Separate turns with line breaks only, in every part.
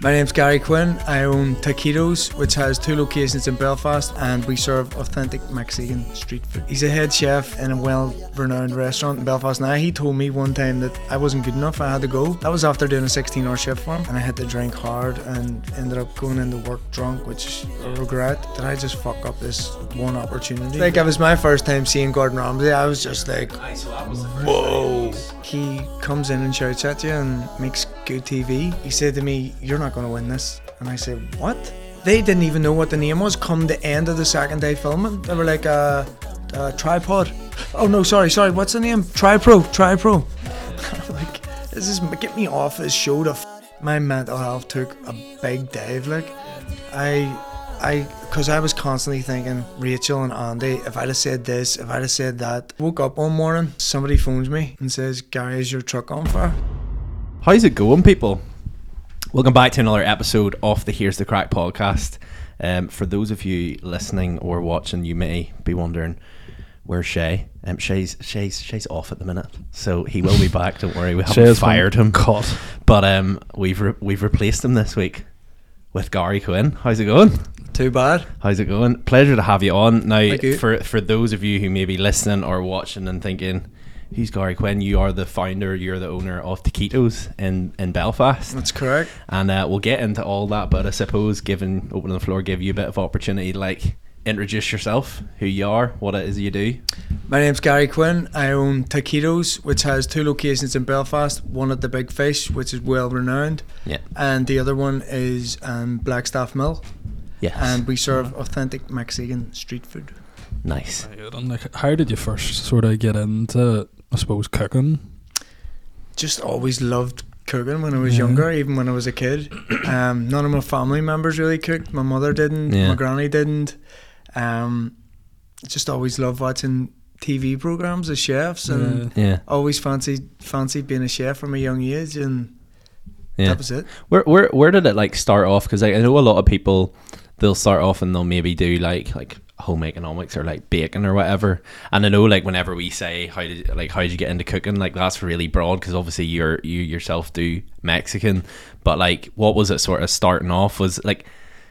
My name's Gary Quinn. I own Taquitos, which has two locations in Belfast, and we serve authentic Mexican street food. He's a head chef in a well renowned restaurant in Belfast. Now, he told me one time that I wasn't good enough, I had to go. That was after doing a 16 hour shift for him, and I had to drink hard and ended up going into work drunk, which I regret. Did I just fuck up this one opportunity? Like, it was my first time seeing Gordon Ramsay. I was just like, Whoa! He comes in and shouts at you and makes good TV. He said to me, You're not going to win this. And I said, What? They didn't even know what the name was come the end of the second day filming. They were like, uh, uh, Tripod. Oh no, sorry, sorry, what's the name? Tripro, Tripro. I'm like, this is, get me off this show to f-. My mental health took a big dive, like. I I, because I was constantly thinking, Rachel and Andy, if I'd have said this, if I'd have said that. Woke up one morning, somebody phones me and says, Gary, is your truck on fire?
How's it going, people? Welcome back to another episode of the Here's the Crack podcast. Um, for those of you listening or watching, you may be wondering where's Shay. Um, Shay's Shay's Shay's off at the minute, so he will be back. Don't worry, we haven't
Shay's
fired
been
him.
caught.
but um, we've re- we've replaced him this week with Gary Quinn. How's it going?
Too bad.
How's it going? Pleasure to have you on. Now,
Thank you.
for for those of you who may be listening or watching and thinking, who's Gary Quinn? You are the founder, you're the owner of Taquitos in in Belfast,
That's correct.
and uh, we'll get into all that. But I suppose, given opening the floor, give you a bit of opportunity, to, like introduce yourself, who you are, what it is you do.
My name's Gary Quinn. I own Taquitos, which has two locations in Belfast one at the Big Fish, which is well renowned,
Yeah,
and the other one is um, Blackstaff Mill,
yes,
and we serve authentic Mexican street food.
nice.
And like, how did you first sort of get into, I suppose, cooking?
just always loved cooking when I was
Yeah.
younger, even when I was a kid. Um, none of my family members really cooked. My mother didn't.
Yeah.
My granny didn't. Um, just always loved watching TV programs of chefs and
Yeah.
Yeah,
always fancied fancied being a chef from a young age, and
yeah.
that was it.
Where where where did it like start off? Because I know a lot of people they'll start off and they'll maybe do like like home economics or like baking or whatever. And I know like whenever we say how did like how did you get into cooking, like that's really broad because obviously you're you yourself do Mexican, but like what was it sort of starting off was like.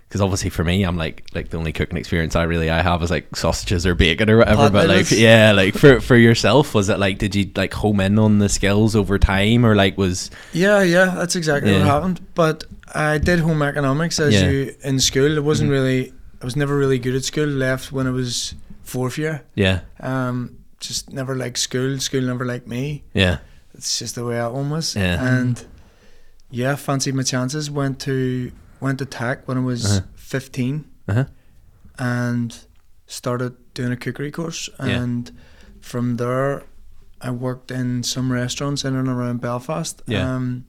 Because obviously for me, I'm like like the only cooking experience I really I have is like sausages or bacon or whatever.
Pot
but like
noodles.
yeah, like for for yourself, was it like did you like home in on the skills over time or like was
Yeah, yeah, that's exactly
Yeah.
what happened. But I did home economics as
Yeah. Mm-hmm.
you in school. It wasn't really. I was never really good at school. Left when I was fourth year.
yeah
Um, just never liked school. School never liked me.
yeah
it's just the way I one was.
Yeah.
And yeah, fancied my chances. Went to went to TAC when I was
Uh-huh.
fifteen
uh-huh.
and started doing a cookery course.
Yeah.
And from there, I worked in some restaurants in and around Belfast.
Yeah.
Um,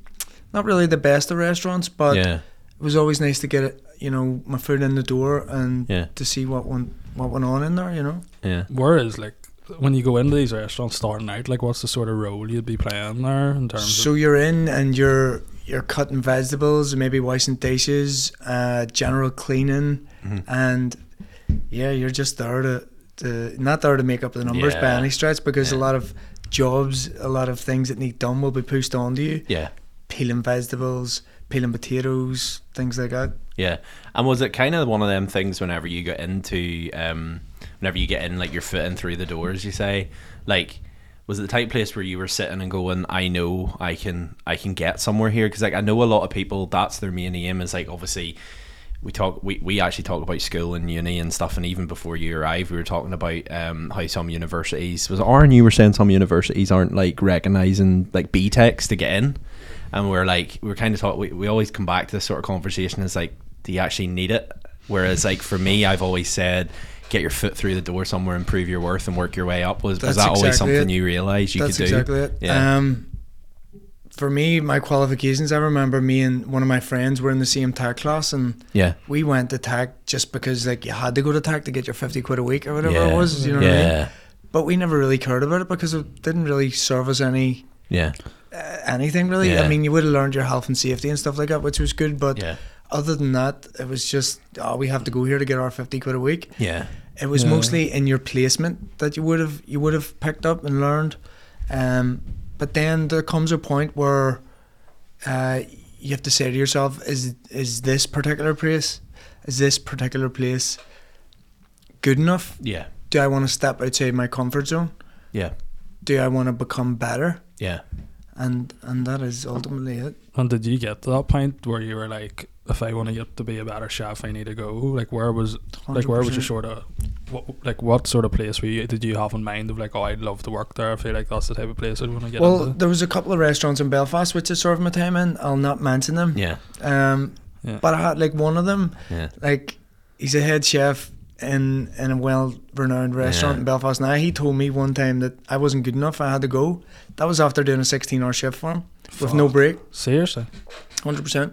not really the best of restaurants, but
yeah
it was always nice to get it, you know my foot in the door and
Yeah.
to see what went what went on in there. You know.
yeah.
Where is like when you go into these restaurants starting out? Like, what's the sort of role you'd be playing there in terms
So you're in and you're you're cutting vegetables, maybe washing dishes, uh, general cleaning,
Mhm.
and yeah, you're just there to, to not there to make up the numbers by
Yeah.
any stretch because a
Yeah.
lot of jobs, a lot of things that need done will be pushed onto you.
Yeah,
Peeling vegetables, peeling potatoes, things like that.
yeah. And was it kind of one of them things whenever you get into, um, whenever you get in, like your foot in through the door, as you say, like, was it the type of place where you were sitting and going, I know I can, I can get somewhere here? Because like I know a lot of people, that's their main aim is like obviously. We talk. We, we actually talk about school and uni and stuff. And even before you arrived, we were talking about um, how some universities was it Aaron. You were saying some universities aren't like recognizing like B techs to get in. and we're like we're kind of taught we, we always come back to this sort of conversation is like do you actually need it whereas like for me i've always said get your foot through the door somewhere and prove your worth and work your way up was, was
That's
that always
exactly
something
it.
you realized you
That's
could do
exactly it.
yeah
Um, for me, my qualifications. I remember me and one of my friends were in the same tech class and.
yeah
we went to TAC just because like you had to go to TAC to get your 50 quid a week or whatever
Yeah.
it was, you know what I mean?
yeah
But we never really cared about it because it didn't really serve us any
yeah
uh, anything really.
Yeah.
I mean, you would have learned your health and safety and stuff like that, which was good, but
yeah
other than that, it was just oh, we have to go here to get our 50 quid a week.
yeah
It was
Yeah.
mostly in your placement that you would have you would have picked up and learned. Um, but then there comes a point where uh, you have to say to yourself, is is this particular place, is this particular place good enough?
Yeah.
Do I want to step outside my comfort zone?
Yeah.
Do I want to become better?
Yeah.
And and that is ultimately it.
And did you get to that point where you were like, if I want to get to be a better chef, I need to go? Like, where was like where was
100%.
your sort of what, like what sort of place were you did you have in mind of like oh I'd love to work there I feel like that's the type of place I'd want to get
Well,
into
there was a couple of restaurants in Belfast which I served my time in. I'll not mention them.
Yeah.
Um,
Yeah.
but I had like one of them.
Yeah.
Like he's a head chef in in a well renowned restaurant
Yeah.
in Belfast. Now he told me one time that I wasn't good enough. I had to go. That was after doing a sixteen hour shift for him with no
Fuck.
break,
seriously
hundred percent.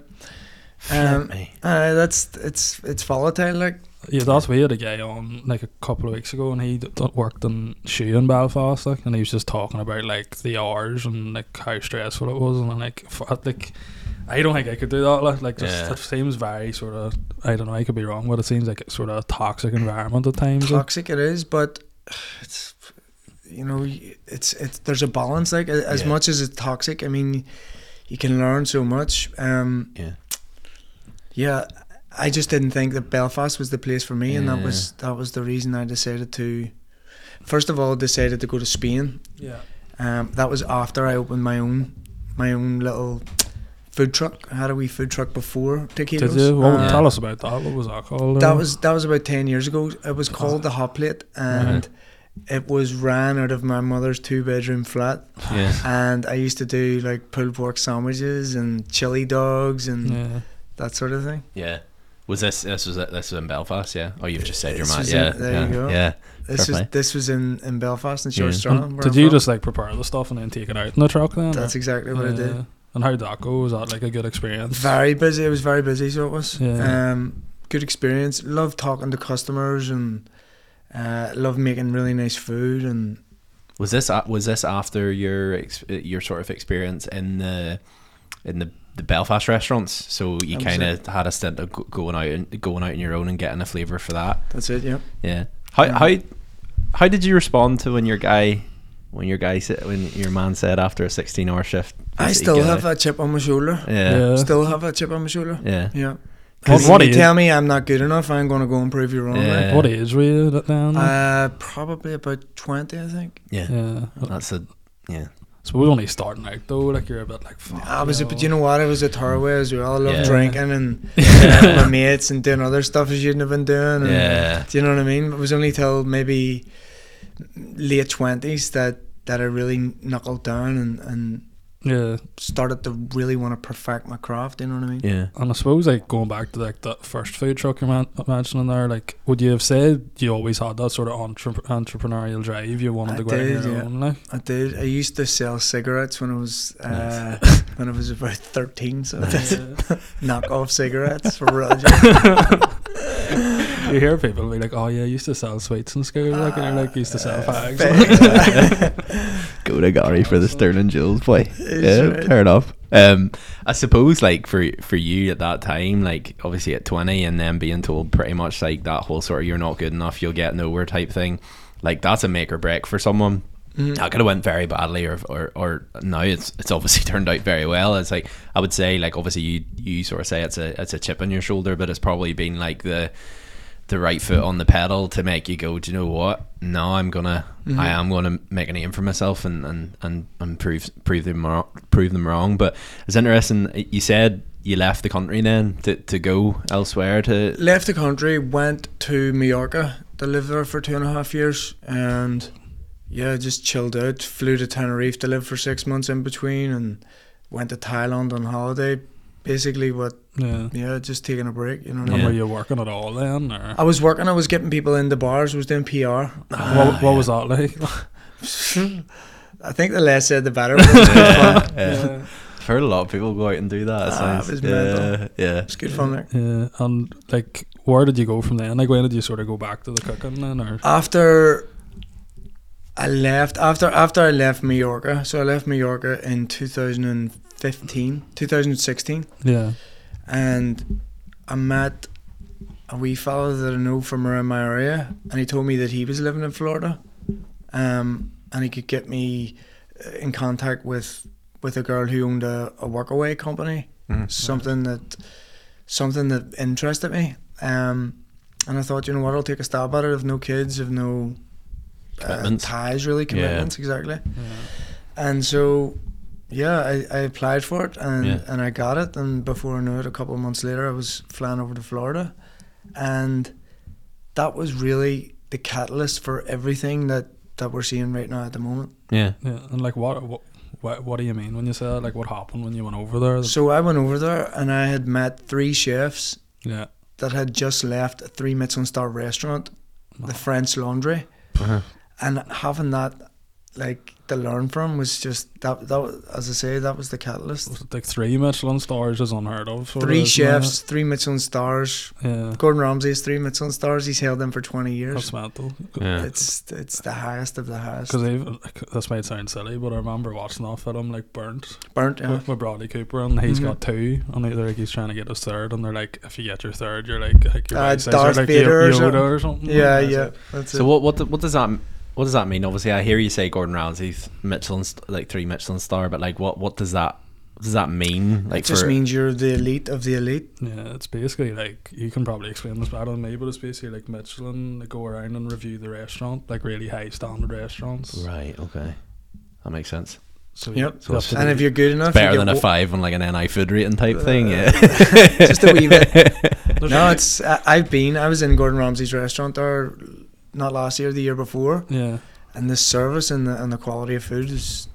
Flip
Um,
me.
Uh, that's it's it's volatile. Like
yeah that's we had a guy on like a couple of weeks ago and he d- d- worked in shoe in Belfast like and he was just talking about like the hours and like how stressful it was and I'm like fuck, like I don't think I could do that like, like just
Yeah.
it seems very sort of I don't know I could be wrong but it seems like it's sort of a toxic environment at
Mm-hmm.
times like.
toxic it is, but it's you know y- it's it's there's a balance. Like a- as
Yeah.
much as it's toxic, I mean, you can learn so much. Um,
Yeah.
yeah, I just didn't think that Belfast was the place for me, and that
Yeah.
was that was the reason I decided to. First of all, decided to go to Spain.
yeah
Um, that was after I opened my own my own little food truck. I had a wee food truck before taquitos.
did you well,
Um,
tell us about that what was that called
that
uh?
was that was about ten years ago. It was called the Hot Plate, and it was ran out of my mother's two bedroom flat.
Yeah.
And I used to do like pulled pork sandwiches and chili dogs and
yeah
that sort of thing.
Yeah. Was this this was this was in Belfast? Yeah. Oh, you've just said your
This
mind.
was
Yeah.
it. There
yeah.
you go.
Yeah.
This
Fair
was
play.
this was in in Belfast and Short
Yeah.
Strong.
And
where
did
I'm
you
from.
Hmm. just like prepare the stuff and then take it out in the truck then?
That's
or-
exactly what I did.
Yeah. And how'd that go? Was that like a good experience?
Very busy. It was very busy. So it was.
Yeah.
Um, good experience. Love talking to customers and uh, love making really nice food and
Was this a- was this after your ex- your sort of experience in the in the, the Belfast restaurants? So
That
you
was
kind of had a stint of go- going out and going out on your own and getting a flavor for that.
that's it. Yeah.
Yeah. How
Yeah.
how how did you respond to when your guy when your guy said when your man said after a sixteen hour shift?
I
that he
still
got
have
out?
that chip on my shoulder.
Yeah.
Still have that chip on my shoulder.
Yeah.
Yeah.
What,
Cause
what
if you
age?
tell me I'm not good enough, I'm gonna go and prove you wrong.
Yeah.
mate.
What age were you at then?
Uh, probably about twenty, I think.
Yeah.
yeah.
That's a yeah.
Eh, So we were only starting out though. Like you're a bit like. Fuck,
I was, a, but you know what? I was at Tarway as well. I love
Yeah.
drinking and
Yeah.
my mates and doing other stuff as you would have been doing. And
Yeah.
Do you know what I mean? It was only till maybe late twenties that that I really knuckled down and and
Yeah.
started to really want to perfect my craft. You know what I mean?
Yeah.
And I suppose like going back to like that first food truck you're man- mentioning there, like would you have said you always had that sort of entre- entrepreneurial drive? You wanted
I
to go out on
did,
your
yeah.
own, like.
I did. I used to sell cigarettes when I was uh, when I was about thirteen. So I did knock off cigarettes for real.
you hear people be like, "Oh yeah, I used to sell sweets in school, like, and you're like used to
Uh,
sell fags."
Go to Gary for the Sterling Jules boy.
It's
yeah,
right.
fair enough. Um, I suppose like for for you at that time, like obviously at twenty, and then being told pretty much like that whole sort of "you're not good enough, you'll get nowhere" type thing, like that's a make or break for someone. That could have went very badly, or, or or now it's it's obviously turned out very well. It's like I would say, like obviously you you sort of say it's a it's a chip on your shoulder, but it's probably been like the the right foot on the pedal to make you go, do you know what? No, I'm gonna, I am gonna make a name for myself and and and, and prove prove them wrong, prove them wrong. But it's interesting. You said you left the country then to, to go elsewhere to.
Left the country, went to Mallorca. I lived there for two and a half years, and yeah, just chilled out. Flew to Tenerife to live for six months in between, and went to Thailand on holiday. Basically, what
Yeah.
yeah, just taking a break. You know what I
And
mean?
were you working at all then, or
I was working. I was getting people into bars. Was doing PR.
what, what was that like?
I think the less said, the better. But it was good fun.
yeah.
I've heard a lot of people go out and do that. It
Ah,
sounds-
it was
yeah,
mental.
yeah.
It's good fun. Like.
and like, where did you go from then? Like, when did you sort of go back to the cooking then,
Uh,
or
after I left after after I left Mallorca, so I left Mallorca in 2015, 2016,
yeah,
and I met a wee fella that I know from around my area, and he told me that he was living in Florida, um, and he could get me uh, in contact with with a girl who owned a, a workaway company
Mhm.
something that something that interested me. Um, and I thought, you know what, I'll take a stab at it. I've no kids, I've no uh,
Commitments.
ties, really
Yeah.
commitments, exactly.
Yeah.
And so, yeah, I, I applied for it and,
Yeah.
and I got it. And before I knew it, a couple of months later, I was flying over to Florida. And that was really the catalyst for everything that, that we're seeing right now at the moment.
Yeah.
Yeah, and like what, what, what, what do you mean when you say that? Like what happened when you went over there?
So I went over there and I had met three chefs
yeah,
that had just left a three Michelin star restaurant,
Wow.
the French Laundry.
Uh-huh.
And having that, like, to learn from was just that, that was, as I say, that was the catalyst.
was it like three Michelin stars is unheard of. sort of,
Three
isn't it?
chefs, three Michelin stars,
Yeah,
Gordon Ramsay's three Michelin stars. He's held them for 20 years.
that's mental.
Yeah.
It's it's the highest of the highest.
Because even like, this might sound silly, but I remember watching that film like Burnt
Burnt. Yeah.
with, with Bradley Cooper, and he's
Mhm.
got two, and they're like he's trying to get his third, and they're like, if you get your third, you're like, like your
Uh,
right size, you're
Darth
like
Vader or
Yo-
something.
Yoda or something.
Yeah,
That's
yeah.
it.
That's
So
it.
what what do- what does that m- what does that mean? Obviously, I hear you say Gordon Ramsay's Michelin st- like three Michelin star, but like what what does that what does that mean? Like
it just
for
means you're the elite of the elite.
Yeah, it's basically like you can probably explain this better than me, but it's basically like Michelin. They go around and review the restaurant, like really high standard restaurants.
right, okay, that makes sense.
So
Yep.
you have to
And
do-
if you're good enough, you
Better
get
than a
wa-
five on like an NI food rating type thing.
Uh,
Yeah,
just a wee bit.
There's
No,
really-
it's I, I've been. I was in Gordon Ramsay's restaurant there, not last year, the year before,
yeah,
and the service and the and the quality of food is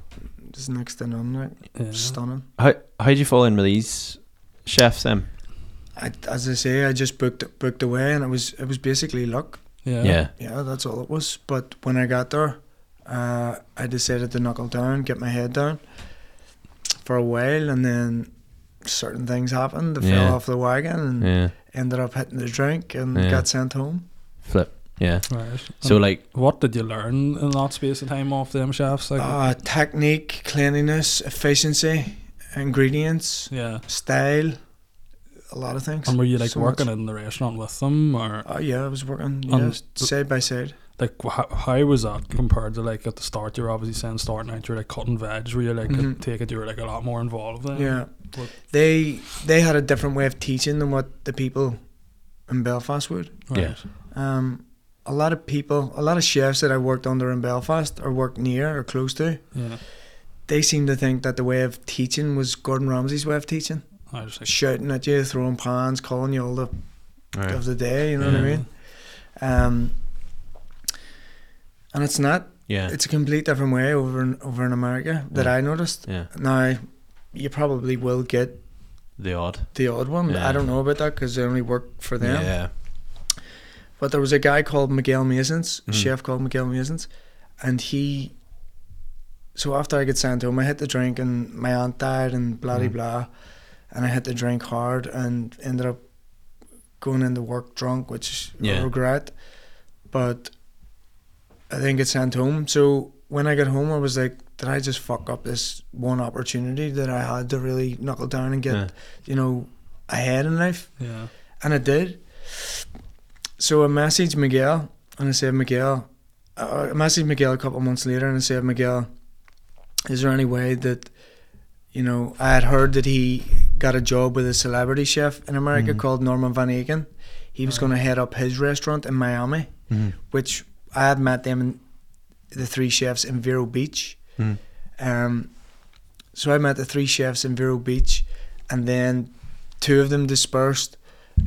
is next to none. Like
yeah.
stunning.
how how would you fall in with these chefs? Then
I, as I say, I just booked booked away, and it was it was basically luck.
yeah,
yeah,
Yeah, that's all it was. But when I got there, uh, I decided to knuckle down, get my head down for a while, and then certain things happened. I
Yeah.
fell off the wagon and
yeah,
ended up hitting the drink and
Yeah.
got sent home.
flip, yeah.
Right.
So
Um,
And
like
what did you learn in that space of time off them chefs? Like,
Uh, technique, cleanliness, efficiency, ingredients,
yeah.
style, a lot of things.
And were you like
So
working Um,
much.
in the restaurant with them, or
Oh yeah, I was working yeah,
On the-
side by side.
like wh- how, how was that compared to like at the start? You're obviously saying starting out, you're like cutting veg. Were you like
Mhm.
I take it you were like a lot more involved then?
Yeah.
What-
They they had a different way of teaching than what the people in Belfast would.
Right.
Yeah.
Um, a lot of people, a lot of chefs that I worked under in Belfast or worked near or close to,
yeah.
they seem to think that the way of teaching was Gordon Ramsay's way of teaching,
I was like,
shouting at you, throwing pans, calling you all the of the day. You know what I
Yeah.
mean? Um, and it's not.
yeah,
It's a complete different way over in, over in America that
Yeah.
I noticed.
yeah,
Now, you probably will get
the odd.
the odd one.
Yeah.
I don't know about that because I only work for them.
Yeah,
But there was a guy called Miguel Masons, a
Mhm.
chef called Miguel Masons, and he. So after I got sent home, I hit the drink, and my aunt died, and blah de
Mhm.
blah, and I hit the drink hard, and ended up going into work drunk, which
Yeah.
I regret. But I didn't get sent home. So when I got home, I was like, "Did I just fuck up this one opportunity that I had to really knuckle down and get,
Yeah.
you know, ahead in life?"
yeah.
And I did. So I messaged Miguel and I said, Miguel, uh, I messaged Miguel a couple months later and I said, Miguel, is there any way that, you know, I had heard that he got a job with a celebrity chef in America
Mhm.
called Norman Van Egan. He was
Right.
going to head up his restaurant in Miami,
Mhm.
which I had met them, in, the three chefs in Vero Beach.
Mhm.
Um, so I met the three chefs in Vero Beach, and then two of them dispersed,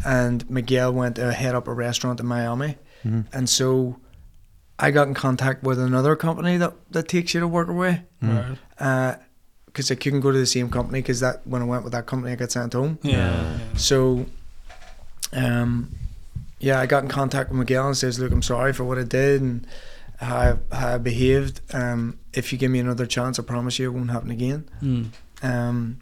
and Miguel went to head up a restaurant in Miami,
Mhm.
and so I got in contact with another company that that takes you to work away,
Mm.
Right.
because I couldn't go to the same company because that when I went with that company I got sent home.
Yeah.
Yeah.
yeah.
So, um, yeah, I got in contact with Miguel and says, "Look, I'm sorry for what I did and how I, how I behaved. Um, if you give me another chance, I promise you it won't happen again."
Mm.
um,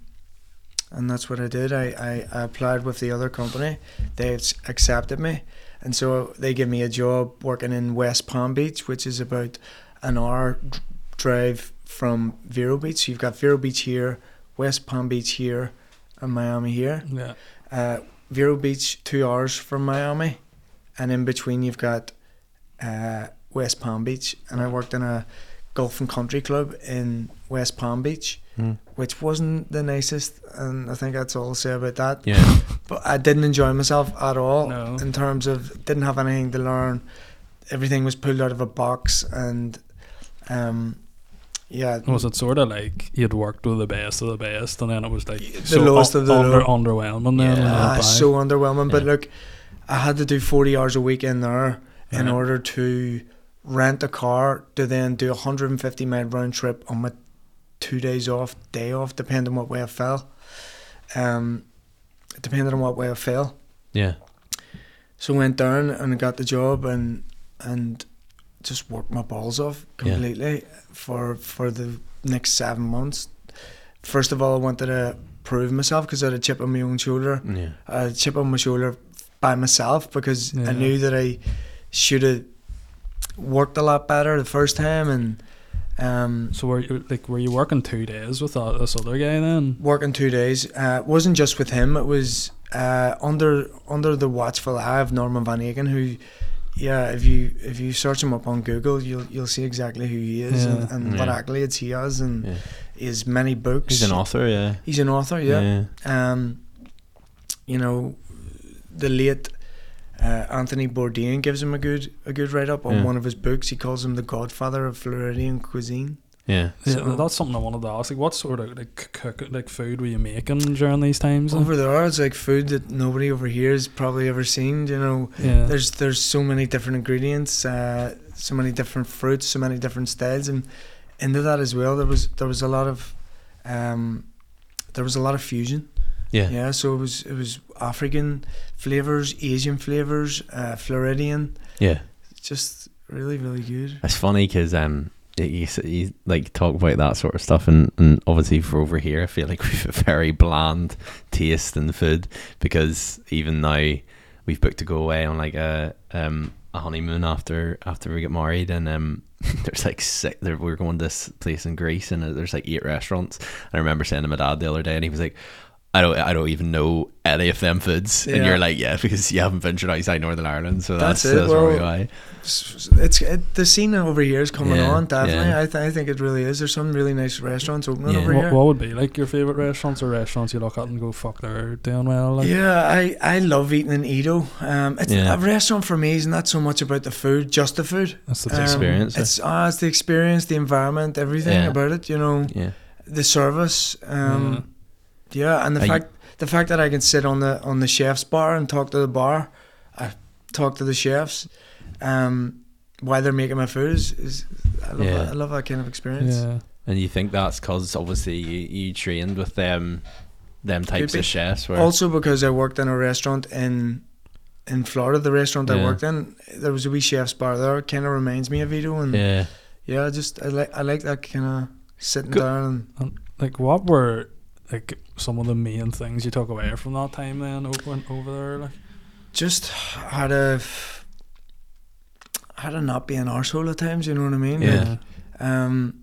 and that's what I did. I, I, I applied with the other company. They s- accepted me, and so they gave me a job working in West Palm Beach, which is about an hour d- drive from Vero Beach. So you've got Vero Beach here, West Palm Beach here, and Miami here.
Yeah.
Uh, Vero Beach two hours from Miami, and in between you've got uh, West Palm Beach. And I worked in a golf and country club in West Palm Beach,
Mm.
which wasn't the nicest. And I think that's all I'll say about that.
Yeah.
But I didn't enjoy myself at all
No.
in terms of didn't have anything to learn. Everything was pulled out of a box, and um, yeah,
Was it sort of like you'd worked with the best of the best, and then it was like
The lowest of the
under,
low.
underwhelming? Then
Yeah.
and
Ah,
then
so underwhelming. But
Uh, Yeah.
look, I had to do forty hours a week in there in
Right.
Uh-huh.
order to rent a car to then do a hundred and fifty mile round trip on my two days off, day off, depending on what way I fell. Um, depending on what way I fell.
Yeah.
So went down and got the job and and just worked my balls off
Yeah.
completely for for the next seven months. First of all, I wanted to prove myself because I had a chip on my own shoulder,
Yeah.
I had a chip on my shoulder by myself because I
Yeah.
knew that I should have worked a lot better the first time and um,
So were you like were you working two days with that, this other guy then?
working two days. Uh, it wasn't just with him. It was uh, under under the watchful eye of Norman Van Aken, who, yeah, if you if you search him up on Google, you'll you'll see exactly who he is and,
Yeah.
and what
Yeah.
accolades he has and
Yeah.
his many books.
He's an author. Yeah.
He's an author. Oh, Yeah. Um, you know, the late. Uh, Anthony Bourdain gives him a good a good write up on
Yeah.
one of his books. He calls him the Godfather of Floridian cuisine.
Yeah.
So-
yeah, that's something I wanted to ask. Like, what sort of like c- cook, like food were you making during these times? then?
Over there, it's like food that nobody over here has probably ever seen. You know,
yeah,
There's there's so many different ingredients, uh, so many different fruits, so many different styles, and into that as well. There was there was a lot of um, there was a lot of fusion.
Yeah.
Yeah. so it was it was African flavors, Asian flavors, uh, Floridian.
Yeah.
Just really really good.
It's funny because um, you, s- you like talk about that sort of stuff, and, and obviously for over here, I feel like we've a very bland taste in food because even now we've booked to go away on like a um a honeymoon after after we get married, and um. There's like six. There, we're going to this place in Greece, and there's like eight restaurants. And I remember saying to my dad the other day, and he was like, "I don't, I don't even know any of them foods." And
Yeah.
you're like, "Yeah, because you haven't ventured outside Northern Ireland, so that's
That's
that's,
it,
probably
well,
why."
S- s- It's it, the scene over here is coming
Yeah,
on definitely.
yeah.
I, th- I think it really is. There's some really nice restaurants opening
Yeah.
over here.
what, what would be like your favorite restaurants or restaurants you look at and go fuck they're doing well? Like,
yeah, I, I love eating in Edo. Um, it's
Yeah.
a restaurant for me is not so much about the food, just the food.
that's the
Um,
best.
experience, eh?
It's ah, it's the experience, the environment, everything
Yeah. Mm.
about it. You know,
Yeah.
the service. Um, yeah. and the
Are you-
fact the fact that I can sit on the on the chef's bar and talk to the bar, I talk to the chefs, um, while they're making my food is, is I love
Yeah.
that, I love that kind of experience.
yeah,
And you think that's because obviously you, you trained with them, them types
Maybe.
of chefs. Where,
Also because I worked in a restaurant in in Florida, the restaurant I
Yeah.
worked in, there was a wee chef's bar there. Kind of reminds me of Edo, and yeah,
yeah,
I just I like I like that kind of sitting
Go-
down. And,
like what were like some of the main things you took away from that time then over over there? Like,
just had a had a not be an arsehole at times, you know what I mean?
Yeah.
Like, um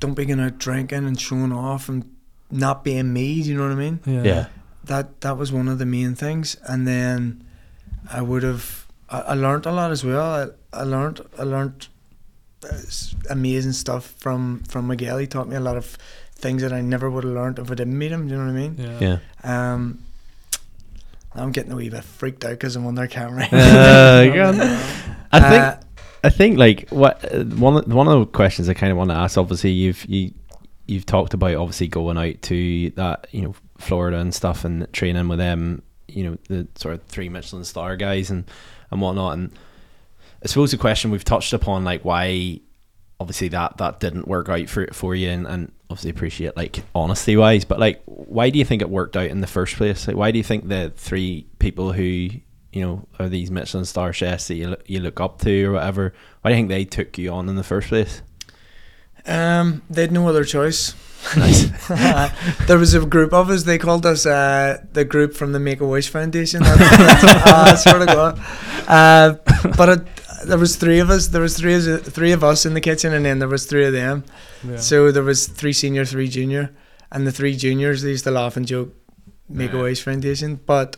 don't be going out drinking and showing off and not being me, do you know what I mean?
yeah,
yeah,
That that was one of the main things. And then I would have I, I learned a lot as well. I, I learned I learned uh, s- amazing stuff from from Miguel. He taught me a lot of things that I never would have learned if I didn't meet him, do you know what I mean?
yeah.
yeah.
Um, I'm getting a wee bit freaked out because I'm on their camera.
Uh, go on. I think
Uh,
I think like what uh, one of- one of the questions I kind of want to ask. Obviously, you've you you've talked about obviously going out to that you know Florida and stuff and training with them. You know the sort of three Michelin star guys and and whatnot. And I suppose the question we've touched upon like why obviously that that didn't work out for for you and, and obviously appreciate like honesty wise but like why do you think it worked out in the first place like why do you think the three people who you know are these michelin star chefs that you, look- you look up to or whatever why do you think they took you on in the first place
um, they had no other choice. there was a group of us. They called us uh, the group from the Make a Wish Foundation. That's uh, swear to God. Uh, but it, there was three of us. There was three of us- three of us in the kitchen, and then there was three of them.
yeah.
So there was three senior, three junior, and the three juniors they used to laugh and joke, Make a
Right.
Wish Foundation. But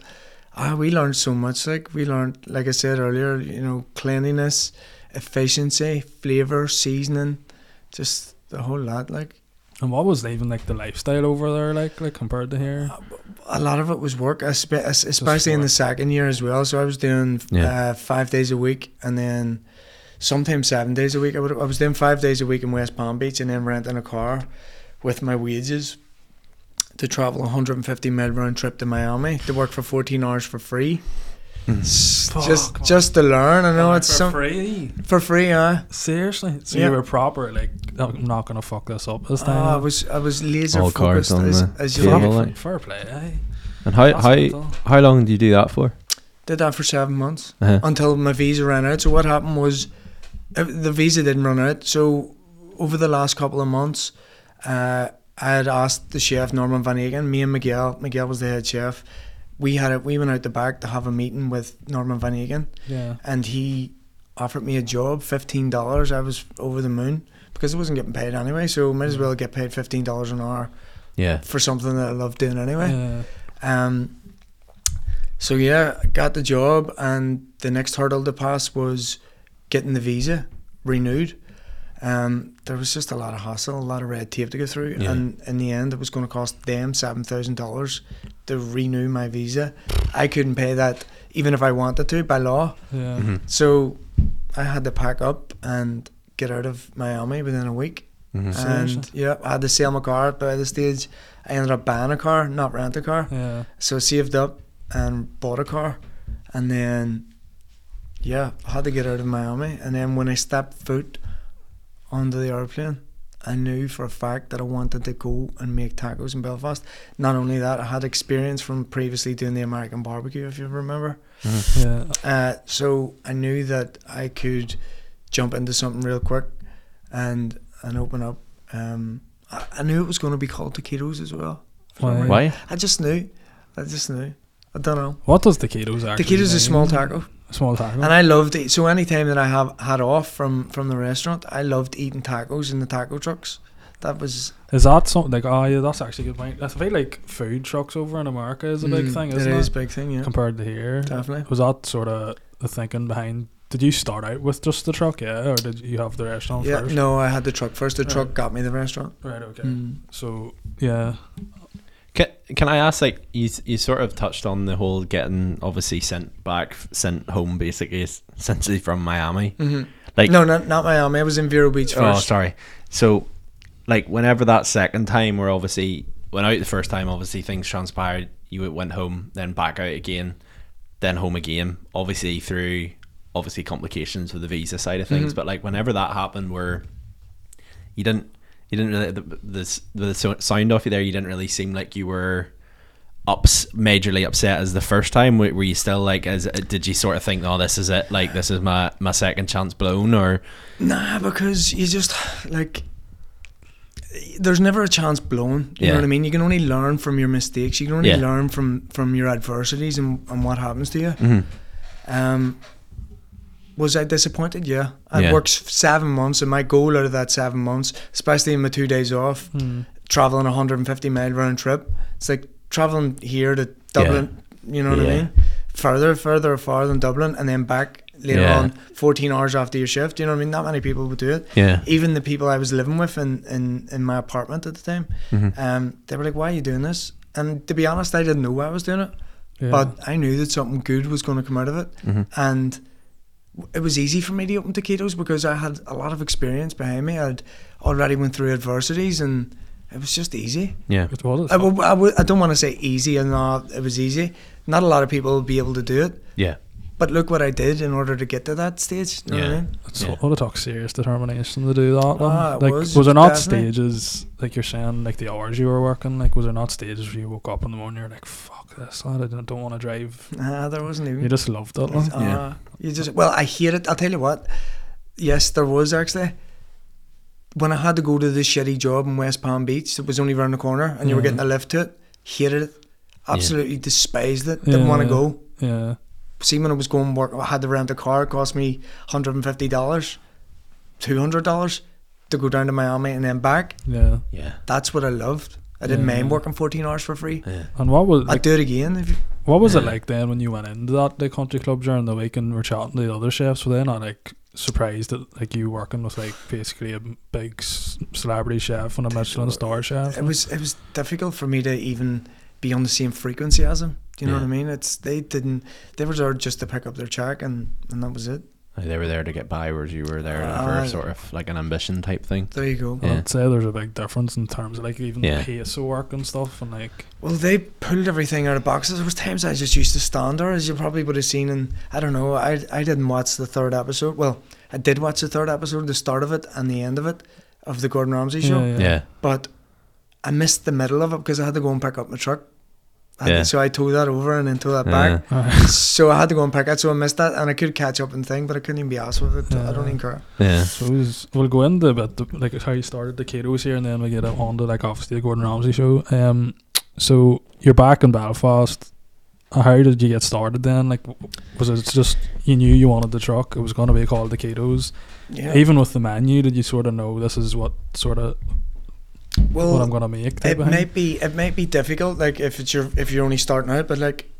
ah, we learned so much. Like we learned, like I said earlier, you know, cleanliness, efficiency, flavor, seasoning, just the whole lot. Like
And what was even like the lifestyle over there like like compared to here?
a lot of it was work, espe- es- especially in the
work.
second year as well. So I was doing
Yeah.
uh, five days a week, and then sometimes seven days a week. I, would, I was doing five days a week in West Palm Beach, and then renting a car with my wages to travel a 150 mile round trip to Miami to work for 14 hours for free.
Mm-hmm.
S-
Fuck,
just,
man.
just to learn. I know it's
for
some
free.
for free, huh?
Seriously, so
Yeah.
you were proper like I'm not gonna fuck this up this
Oh,
time.
I was, I was laser
All cards
focused
on
as,
the
as
Fuck,
table,
you.
Yeah. like-
fair play. Eh?
And how
That's
how
mental.
how long do you do that for?
Did that for seven months.
Uh-huh.
until my visa ran out. So what happened was uh, the visa didn't run out. So over the last couple of months, uh, I had asked the chef Norman Van Egan, me and Miguel. Miguel was the head chef. We had a, we went out the back to have a meeting with Norman Van Egan,
Yeah,
and he offered me a job, fifteen dollars. I was over the moon because I wasn't getting paid anyway, so might as well get paid fifteen dollars an hour
Yeah.
for something that I love doing anyway.
yeah.
Um, so yeah, got the job, and the next hurdle to pass was getting the visa renewed. Um, there was just a lot of hassle, a lot of red tape to go through,
Yeah.
and in the end, it was going to cost them seven thousand dollars to renew my visa. I couldn't pay that even if I wanted to by law,
yeah.
hmm
so I had to pack up and get out of Miami within a week.
hmm
And yeah, I had to sell my car by the stage. I ended up buying a car, not rent a car.
Yeah,
So I saved up and bought a car, and then yeah, I had to get out of Miami. And then when I stepped foot onto the airplane, I knew for a fact that I wanted to go and make tacos in Belfast. Not only that, I had experience from previously doing the American barbecue, if you remember.
yeah.
Uh, so I knew that I could jump into something real quick and and open up. Um, I, I knew it was going to be called taquitos as well. uh,
Why?
Why?
I just knew. I just knew. I don't know.
What does taquitos actually?
Taquitos is a
mean?
small taco,
Small taco.
and I loved it. So anytime that I have had off from from the restaurant, I loved eating tacos in the taco trucks. That was
Is that something like? Oh yeah, that's actually a good point. I feel like food trucks over in America is a big
Mm,
thing, isn't
It
it?
is a big thing, yeah,
Compared to here,
definitely.
was that sort of the thinking behind? Did you start out with just the truck, yeah, or did you have the restaurant
Yeah,
first?
no, I had the truck first. The
Right.
truck got me the restaurant.
Right. Okay.
Mm.
So yeah,
Can, can I ask, like, you, you sort of touched on the whole getting obviously sent back, sent home basically, essentially from Miami.
hmm
Like,
no, not not Miami. I was in Vero Beach
Oh,
first.
sorry. So, like, whenever that second time, where obviously went out the first time, obviously things transpired. You went home, then back out again, then home again. Obviously through obviously complications with the visa side of things. But like, whenever that happened, where you didn't, you didn't really the the, s- the so- sound off you there. You didn't really seem like you were. Ups, majorly upset as the first time. Were were you still like, as did you sort of think, oh, this is it? Like, this is my my second chance blown, or
Nah, because you just like there's never a chance blown. You know
Yeah.
what I mean? You can only learn from your mistakes. You can only
Yeah.
learn from from your adversities and, and what happens to you. Um, was I disappointed? Yeah. I
Yeah.
worked s- seven months, and my goal out of that seven months, especially in my two days off,
hmm,
traveling a 150 mile round trip, it's like traveling here to Dublin, you know what I
Yeah.
mean? Further, further, far than Dublin, and then back later
Yeah.
on, 14 hours after your shift, you know what I mean? Not many people would do it.
yeah,
Even the people I was living with in, in, in my apartment at the time,
Mm-hmm.
um, they were like, Why are you doing this? And to be honest, I didn't know why I was doing it
yeah.
but I knew that something good was going to come out of it,
Mhm.
and it was easy for me to open taquitos because I had a lot of experience behind me. I'd already went through adversities, and it was just easy.
yeah.
it was.
I, w- I, w- I don't want to say easy, and not it was easy. Not a lot of people will be able to do it,
Yeah.
but look what I did in order to get to that stage. You know what I
Yeah.
mean?
It's
Yeah.
a lot of talk serious determination to do that. Then.
Ah, it
like,
was,
was, there not
definitely.
stages like you're saying, like the hours you were working? Like, was there not stages where you woke up in the morning, you're like, "Fuck this, lad, I don't, don't want to drive."
Nah, there wasn't even.
You just loved it.
Mm-hmm. It's-
Like.
Yeah.
uh, You just well, I hear it. I'll tell you what. Yes, there was actually. When I had to go to this shitty job in West Palm Beach, it was only round the corner, and you were
Yeah.
getting a lift to it. Hated it. Absolutely despised it.
Yeah,
Didn't want to
yeah.
go.
Yeah,
See, when I was going work, I had to rent a car. It cost me hundred and fifty dollars, two hundred dollars to go down to Miami and then back.
yeah.
Yeah.
That's what I loved. I didn't
Yeah.
mind working fourteen hours for free.
Yeah.
And what was
I'd
like,
do it again. If you,
what was it
Yeah.
like then when you went into that the country club during the week and were chatting to the other chefs? Were they not like surprised that like you working with like basically a big s- celebrity chef and a Michelin star chef.
It was it was difficult for me to even be on the same frequency as them. Do you know
Yeah.
what I mean? It's they didn't. They were there just to pick up their check, and and that was it.
Like, they were there to get by, whereas you were there
Ah.
for sort of like an ambition type thing.
There you go.
Yeah.
I'd say there's a big difference in terms of like even
Yeah.
the pace of work and stuff and like
Well, they pulled everything out of boxes. There was times I just used to stand there, as you probably would have seen. And I don't know. I I didn't watch the third episode. Well, I did watch the third episode, the start of it and the end of it, of the Gordon Ramsay show.
Yeah,
Yeah.
yeah.
But I missed the middle of it because I had to go and pick up my truck. And
Yeah.
So I towed that over and then towed that back.
Uh,
So I had to go and pick it, so I missed that, and I could catch up and thing, but I couldn't even be asked with it. I don't
Yeah.
even care.
yeah,
so it was- we'll go into a bit the, like how you started the kiddos here and then we get on to like obviously the Gordon Ramsay show. Um, so you're back in Belfast. Uh, How did you get started then? Like, w- was it just you knew you wanted the truck? It was going to be called the Kiddos.
Yeah.
Even with the menu, did you sort of know this is what sort of what I'm
well,
going to make? Type
it
of thing?
might be it might be difficult, like if it's your if you're only starting out, but like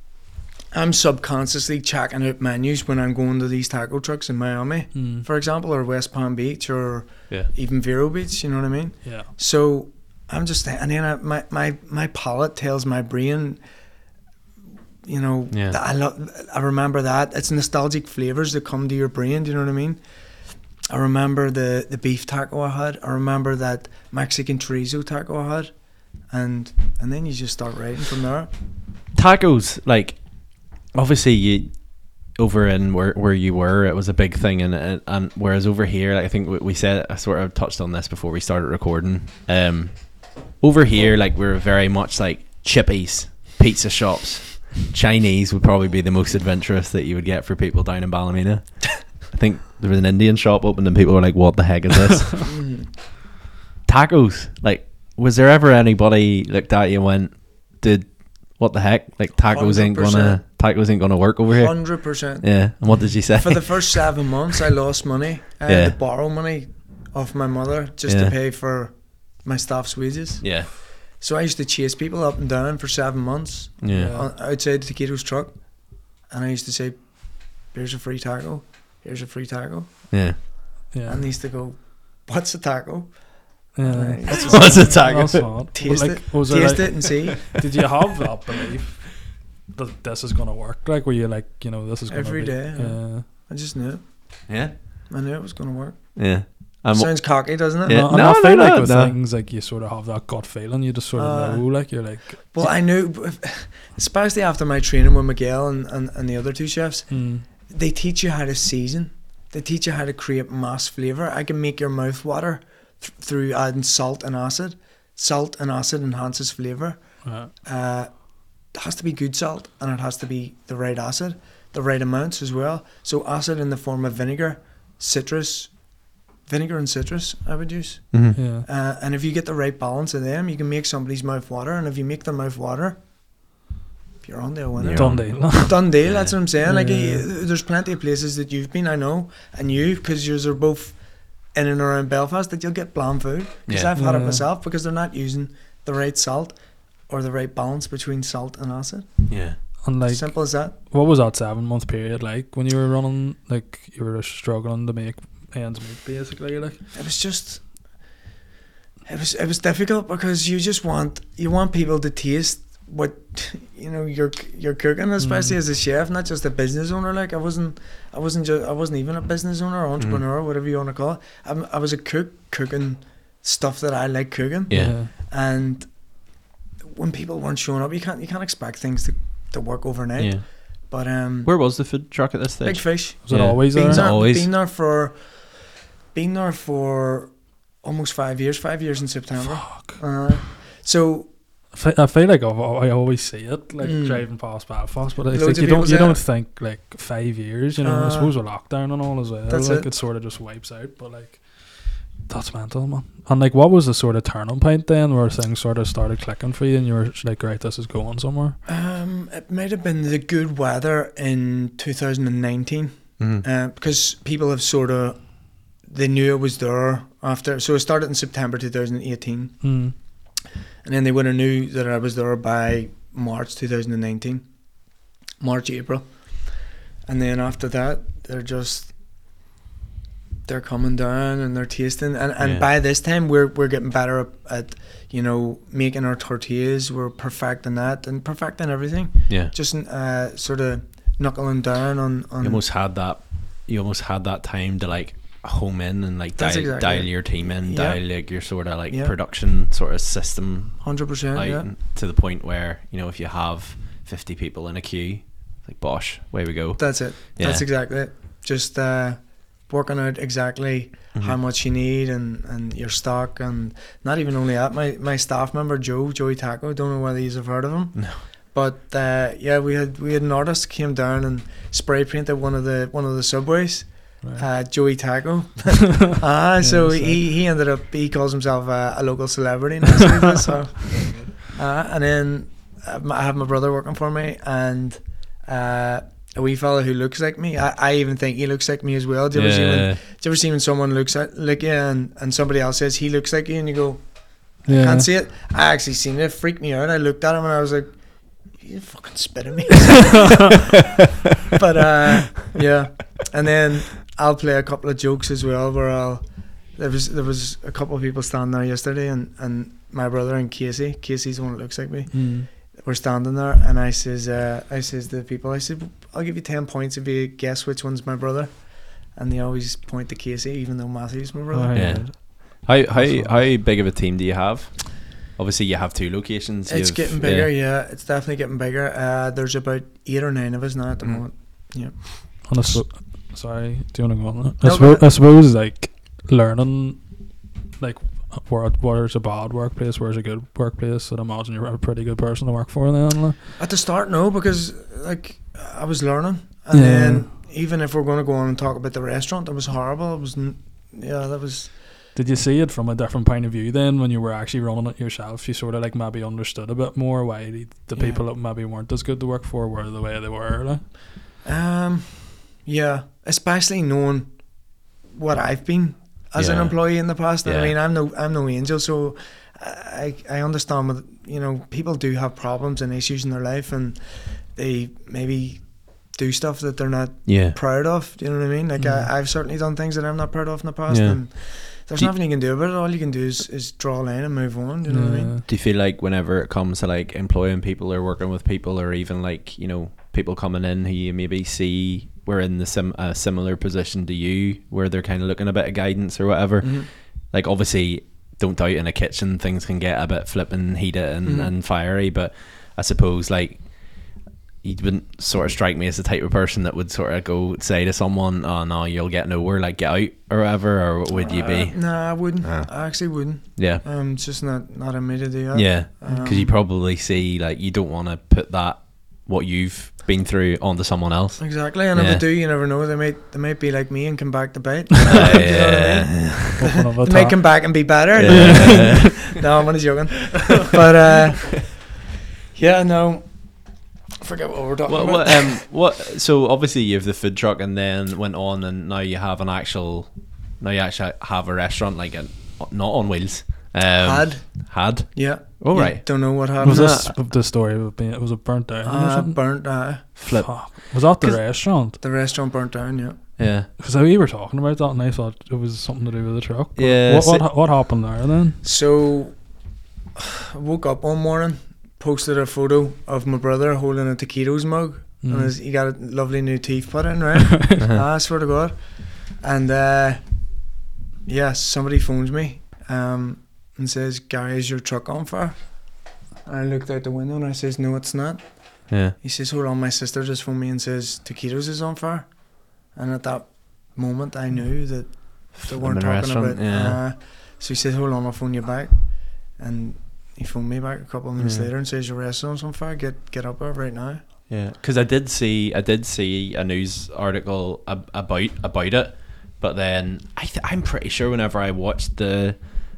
I'm subconsciously checking out menus when I'm going to these taco trucks in Miami,
Mm.
for example, or West Palm Beach, or
Yeah.
even Vero Beach. You know what I mean?
Yeah.
So I'm just and then I, my my my palate tells my brain, you know,
Yeah.
that I love. I remember that it's nostalgic flavors that come to your brain. Do you know what I mean? I remember the the beef taco I had. I remember that Mexican chorizo taco I had, and and then you just start writing from there.
tacos. Like, obviously, you over in where where you were, it was a big thing, and and, and whereas over here, like, I think we, we said I sort of touched on this before we started recording. Um, over here, like we're very much like chippies, pizza shops. Chinese would probably be the most adventurous that you would get for people down in Ballymena. I think there was an Indian shop opened, and people were like, "What the heck is this?"
Mm.
tacos. Like, was there ever anybody looked at you and went, "Dude, what the heck? Like, tacos ain't gonna tacos ain't gonna work over here."
Hundred percent.
Yeah. And what did you say?
For the first seven months, I lost money. I had to
Yeah.
borrow money off my mother just
Yeah.
to pay for my staff's wages.
yeah.
So I used to chase people up and down for seven months
Yeah.
Yeah.
on, Uh, outside the taquitos truck, and I used to say, "Here's a free taco, here's a free taco,"
Yeah.
Yeah.
and they used to go, "What's a taco?"
yeah.
And I used to
What's a
That's
taco?
odd.
Taste
But, like, Was it
Taste
like-
it and see.
Did you have that belief that this is gonna work? Like, were you like, you know, this is gonna
Every
be,
day,
Yeah.
I just knew.
Yeah.
I knew it was going to work.
Yeah.
Um,
And wh-
Sounds cocky, doesn't it?
Yeah.
No, and
No,
I feel
no,
like
no,
with
no.
things like you sort of have that gut feeling. You just sort of
Uh,
know, like you're like,
Well, I knew, especially after my training with Miguel and, and, and the other two chefs,
mm,
they teach you how to season. They teach you how to create mass flavor. I can make your mouth water th- through adding salt and acid. Salt and acid enhances flavor.
yeah,
uh, it has to be good salt and it has to be the right acid, the right amounts as well. So acid in the form of vinegar, citrus, vinegar and citrus I would use.
Mhm.
yeah.
Uh, and if you get the right balance of them, you can make somebody's mouth water. And if you make their mouth water, you're on to a winner.
Yeah.
Done deal.
Done deal.
Yeah.
That's what I'm saying. Like,
Yeah.
eh, there's plenty of places that you've been, I know, and you, because yours are both in and around Belfast, that you'll get bland food. Because
Yeah.
I've had it
Yeah.
myself because they're not using the right salt or the right balance between salt and acid.
Yeah.
and like,
Simple as that.
what was that seven month period like when you were running? Like, you were struggling to make ends meet, basically. Like,
It was just. It was it was difficult because you just want you want people to taste what you know you're you're cooking, especially
Mm.
as a chef, not just a business owner. Like I wasn't I wasn't just I wasn't even a business owner or
Mm.
entrepreneur, whatever you want to call it. I'm, I was a cook cooking stuff that I like cooking,
Yeah.
and when people weren't showing up, you can't you can't expect things to, to work overnight.
Yeah.
But um,
Where was the food truck at this
big
stage?
fish.
was it
Yeah.
always
Been
Beans
there?
are-
there,
always?
been there for, been there for almost five years. Five years in September.
Fuck.
Uh, so
I fe- I feel like I've, al- I always see it, like
Mm.
driving past Belfast, but
Loads
it's like
of
you don't
people
you
say
don't
it.
think like five years, you know.
Uh,
I suppose with lockdown and all as well,
that's
like
it.
it. sort of just wipes out. But like that's mental, man. And like, what was the sort of turning point then, where things sort of started clicking for you, and you were just like, right, this is going somewhere.
um, it might have been the good weather in 2019
Mhm.
uh, because people have sort of they knew it was there after. So it started in September 2018,
Mm.
and then they would have knew that I was there by March 2019, March April, and then after that they're just they're coming down and they're tasting and, and
Yeah.
by this time we're we're getting better at, at you know making our tortillas we're perfecting that and perfecting everything
Yeah.
just uh, sort of knuckling down on on
You almost had that. You almost had that time to like home in and like
That's
dial,
exactly
dial
it.
your team in,
Yeah.
dial like your sort of like
Yeah.
production sort of system
hundred percent
out
yeah
and- to the point where you know if you have fifty people in a queue, like bosh, way we go.
that's it that's
Yeah.
exactly it just uh, working out exactly how
Mhm.
much you need and, and your stock and not even only that my, my staff member Joe Joey Taco don't know whether you've heard of him
No.
but uh, yeah we had we had an artist came down and spray painted one of the one of the subways
Right.
uh, Joey Taco ah so
that's
he, he ended up he calls himself a, a local celebrity now, so he does, so uh, and then uh, my- I have my brother working for me and uh, a wee fella who looks like me I, I even think he looks like me as well do you ever see when do
Yeah.
you ever see when someone looks at like you and, and somebody else says he looks like you and you go,
yeah.
can't see it? I actually seen it. It freaked me out. I looked at him and I was like, you fucking spitting me. but uh, yeah. And then I'll play a couple of jokes as well where I'll there was there was a couple of people standing there yesterday and, and my brother and Casey, Casey's the one that looks like me,
Mm.
were standing there and I says uh, I says to the people, I said, I'll give you ten points if you guess which one's my brother. And they always point to Casey, even though Matthew's my brother.
Right.
Yeah. How
That's
how
all.
how big of a team do you have? Obviously, you have two locations.
It's
you've-
getting bigger, yeah. It's definitely getting bigger. Uh, there's about eight or nine of us now at the
Mm.
moment.
And I su- er sorry, do you want to go on that?
No,
I,
go
suppose, I suppose like learning like where where's a bad workplace, where's a good workplace. I'd imagine you're a pretty good person to work for then. like.
At the start, no, because like I was learning, and
Yeah.
then even if we're going to go on and talk about the restaurant, that was horrible. It was, n- yeah, that was
Did you see it from a different point of view then when you were actually running it yourself? You sort of like maybe understood a bit more why the, the
Yeah.
people that maybe weren't as good to work for were the way they were. Like.
Um, yeah, especially knowing what I've been as an
Yeah.
employee in the past. I
Yeah.
mean, I'm no, I'm no angel, so I, I understand. With you know, people do have problems and issues in their life, and they maybe do stuff that they're not
Yeah.
proud of. Do you know what I mean? Like
Mm.
I, I've certainly done things that I'm not proud of in the past,
Yeah.
and there's
Do-
nothing you can do about it. All you can do is, is draw a line and move on. Do you know what I mean?
Do you feel like whenever it comes to like employing people or working with people or even like you know people coming in who you maybe see were in the sim a similar position to you where they're kind of looking a bit of guidance or whatever?
Mhm.
Like obviously, don't doubt in a kitchen things can get a bit flipping heated and,
Mhm.
and fiery, but I suppose like you wouldn't sort of strike me as the type of person that would sort of go say to someone, "Oh no, you'll get nowhere," like get out or whatever, or what would you
Uh,
be?
No, I wouldn't.
Ah.
I actually wouldn't.
Yeah,
Um, it's just not not a me to do that.
yeah.
Um,
because you probably see like you don't want to put that what you've been through onto someone else.
Exactly, and if
Yeah.
they do, you never know. They might they might be like me and come back to bite.
Uh,
Do you know what I mean?
Open up a
They might
ta-
come back and be better.
Yeah.
no, I'm only joking. But uh, yeah, no, forget what we're talking
what,
about.
what, um, what? So obviously you have the food truck, and then went on, and now you have an actual, now you actually have a restaurant like a, not on wheels. Um,
had
had.
yeah.
All
You
right.
Don't know what
It was
happened.
this the story of being? It was a burnt down. or
Uh,
something?
burnt. Uh,
Flip.
Fuck. Was that the
'Cause-
restaurant?
the restaurant burnt down. Yeah.
Yeah.
Because we were talking about that, and I thought it was something to do with the truck. but
Yeah,
What,
so-
what, ha- what happened there then?
So, woke up one morning, posted a photo of my brother holding a taquitos mug, and
Mm.
his, he got a lovely new teeth put in, right? Ah,
Uh-huh.
I swear to God. And uh, yeah, somebody phones me um, and says, Gary, is your truck on fire? And I looked out the window and I says, No, it's not.
Yeah.
He says, Hold on, my sister just phoned me and says, Taquitos is on fire. And at that moment, I knew that they weren't
Flipping
talking
restaurant,
about.
yeah.
Uh, so he says, Hold on, I'll phone you back. And he phoned me back a couple of minutes
Yeah.
later and says, Your restaurant's on fire. Get get up there right now.
Yeah, because I did see I did see a news article ab- about about it, but then I th- I'm pretty sure whenever I watched the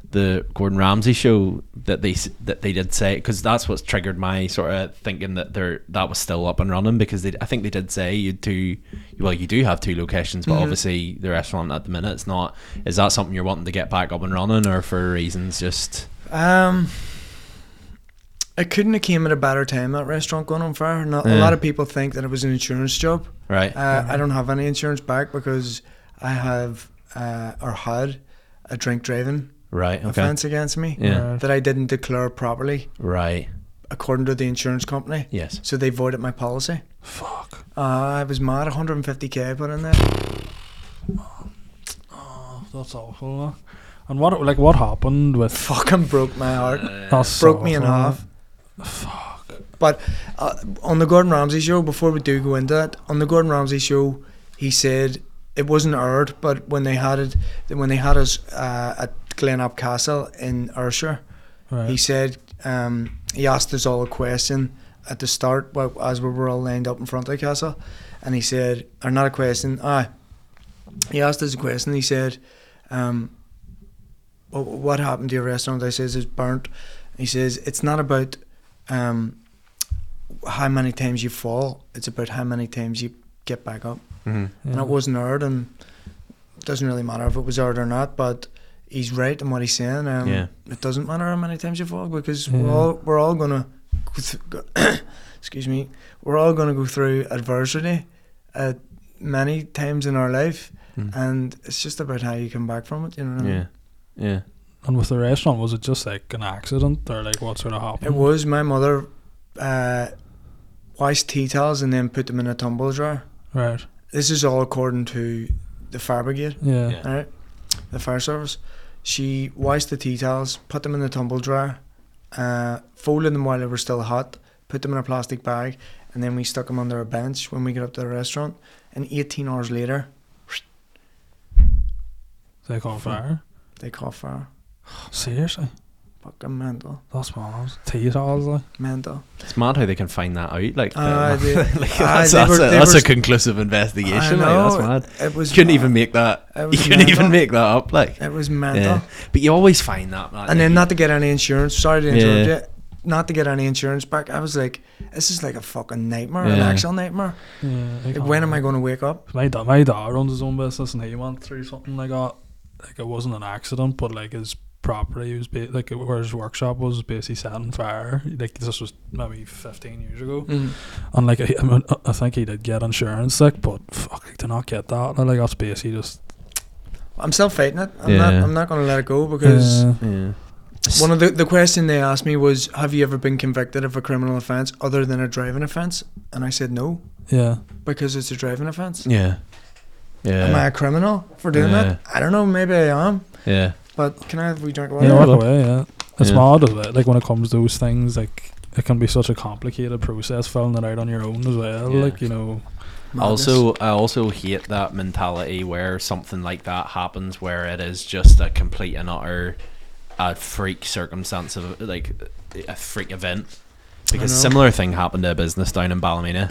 the Gordon Ramsay show that they s- that they did say because that's what's triggered my sort of thinking that they're that was still up and running because they I think they did say you do well you do have two locations but
Mhm.
obviously the restaurant at the minute it's not is that something you're wanting to get back up and running or for reasons just
Um, it couldn't have came at a better time. That restaurant going on fire. Not, A
Yeah.
lot of people think that it was an insurance job.
right
Uh, I don't have any insurance back because I have uh, or had a drink driving
Right. Okay.
offence against me
Yeah.
that I didn't declare properly
Right.
according to the insurance company.
Yes.
So they voided my policy.
Fuck.
Uh, I was mad, 150k I put in there.
Oh, that's awful. huh? And what like what happened with?
Fucking broke my heart.
Uh,
That's
broke me in
awful.
half.
Fuck.
But uh, on the Gordon Ramsay show, before we do go into that, on the Gordon Ramsay show, he said it wasn't aired, but when they had it, when they had us uh, at Glenop Castle in Ayrshire,
Right.
he said um, he asked us all a question at the start wh- as we were all lined up in front of the castle, and he said, or not a question, ah, he asked us a question. He said, um, "Wh- "What happened to your restaurant?" I says, "It's burnt." He says, "It's not about um, how many times you fall; it's about how many times you get back up."
hmm
and it wasn't aired and it doesn't really matter if it was aired or not but he's right in what he's saying um,
Yeah.
it doesn't matter how many times you fall because
Yeah.
we're all we're all gonna go th- go excuse me we're all gonna go through adversity uh, many times in our life
Mm.
and it's just about how you come back from it you know what I mean?
Yeah. Yeah.
And with the restaurant, was it just like an accident or like what sort of
it
happened?
was my mother uh, washed tea towels and then put them in a tumble dryer
Right.
this is all according to the fire brigade
Yeah.
Yeah.
All right, the fire service. She washed the tea towels, put them in the tumble dryer, uh, folded them while they were still hot, put them in a plastic bag, and then we stuck them under a bench when we got up to the restaurant. And 18 hours later,
They caught fire.
they caught fire.
Seriously,
Fucking mental,
that's mad. Tea towels, like.
mental.
It's mad how they can find that out. Like,
Aye,
that-
they-
like
aye,
that's,
they
that's,
were-
a,
they
that's
were-
a conclusive investigation.
I
Like,
know,
that's mad.
It was
You couldn't
ma-
even make that.
It
You
was
couldn't even
mental.
make that up. Like,
It was mental.
yeah. But you always find that. Man.
And then not to get any insurance. Sorry to
Yeah.
interrupt you. Not to get any insurance back. I was like, this is like a fucking nightmare, an
Yeah.
actual nightmare.
Yeah. they
Like,
can't
when am
really-
I going to wake up?
My dad, my dad runs his own business, and he went through something like that. Like it wasn't an accident, but like his property was ba- like where his workshop was basically set on fire. Like this was maybe fifteen years ago,
Mm.
and like I, I, mean, I think he did get insurance, like, but fuck, like, to not get that, like that's basically just
I'm still fighting it. I'm not.
Yeah.
I'm not going to let it go because.
Yeah.
Yeah.
One of the the question they asked me was, "Have you ever been convicted of a criminal offence other than a driving offence?" And I said no
yeah,
because it's a driving offence.
Yeah.
Am I
Yeah.
a criminal for doing that? I don't know. Maybe I am.
Yeah.
But can I have a wee drink of water?
yeah,
Yeah,
walk
look.
away, yeah. It's
Yeah.
mad, isn't it? Like when it comes to those things, like it can be such a complicated process filling it out on your own as well.
Yeah.
Like you know,
Madness.
Also, I also hate that mentality where something like that happens, where it is just a complete and utter, a freak circumstance of like a freak event. Because
I know.
similar thing happened to a business down in Ballymena.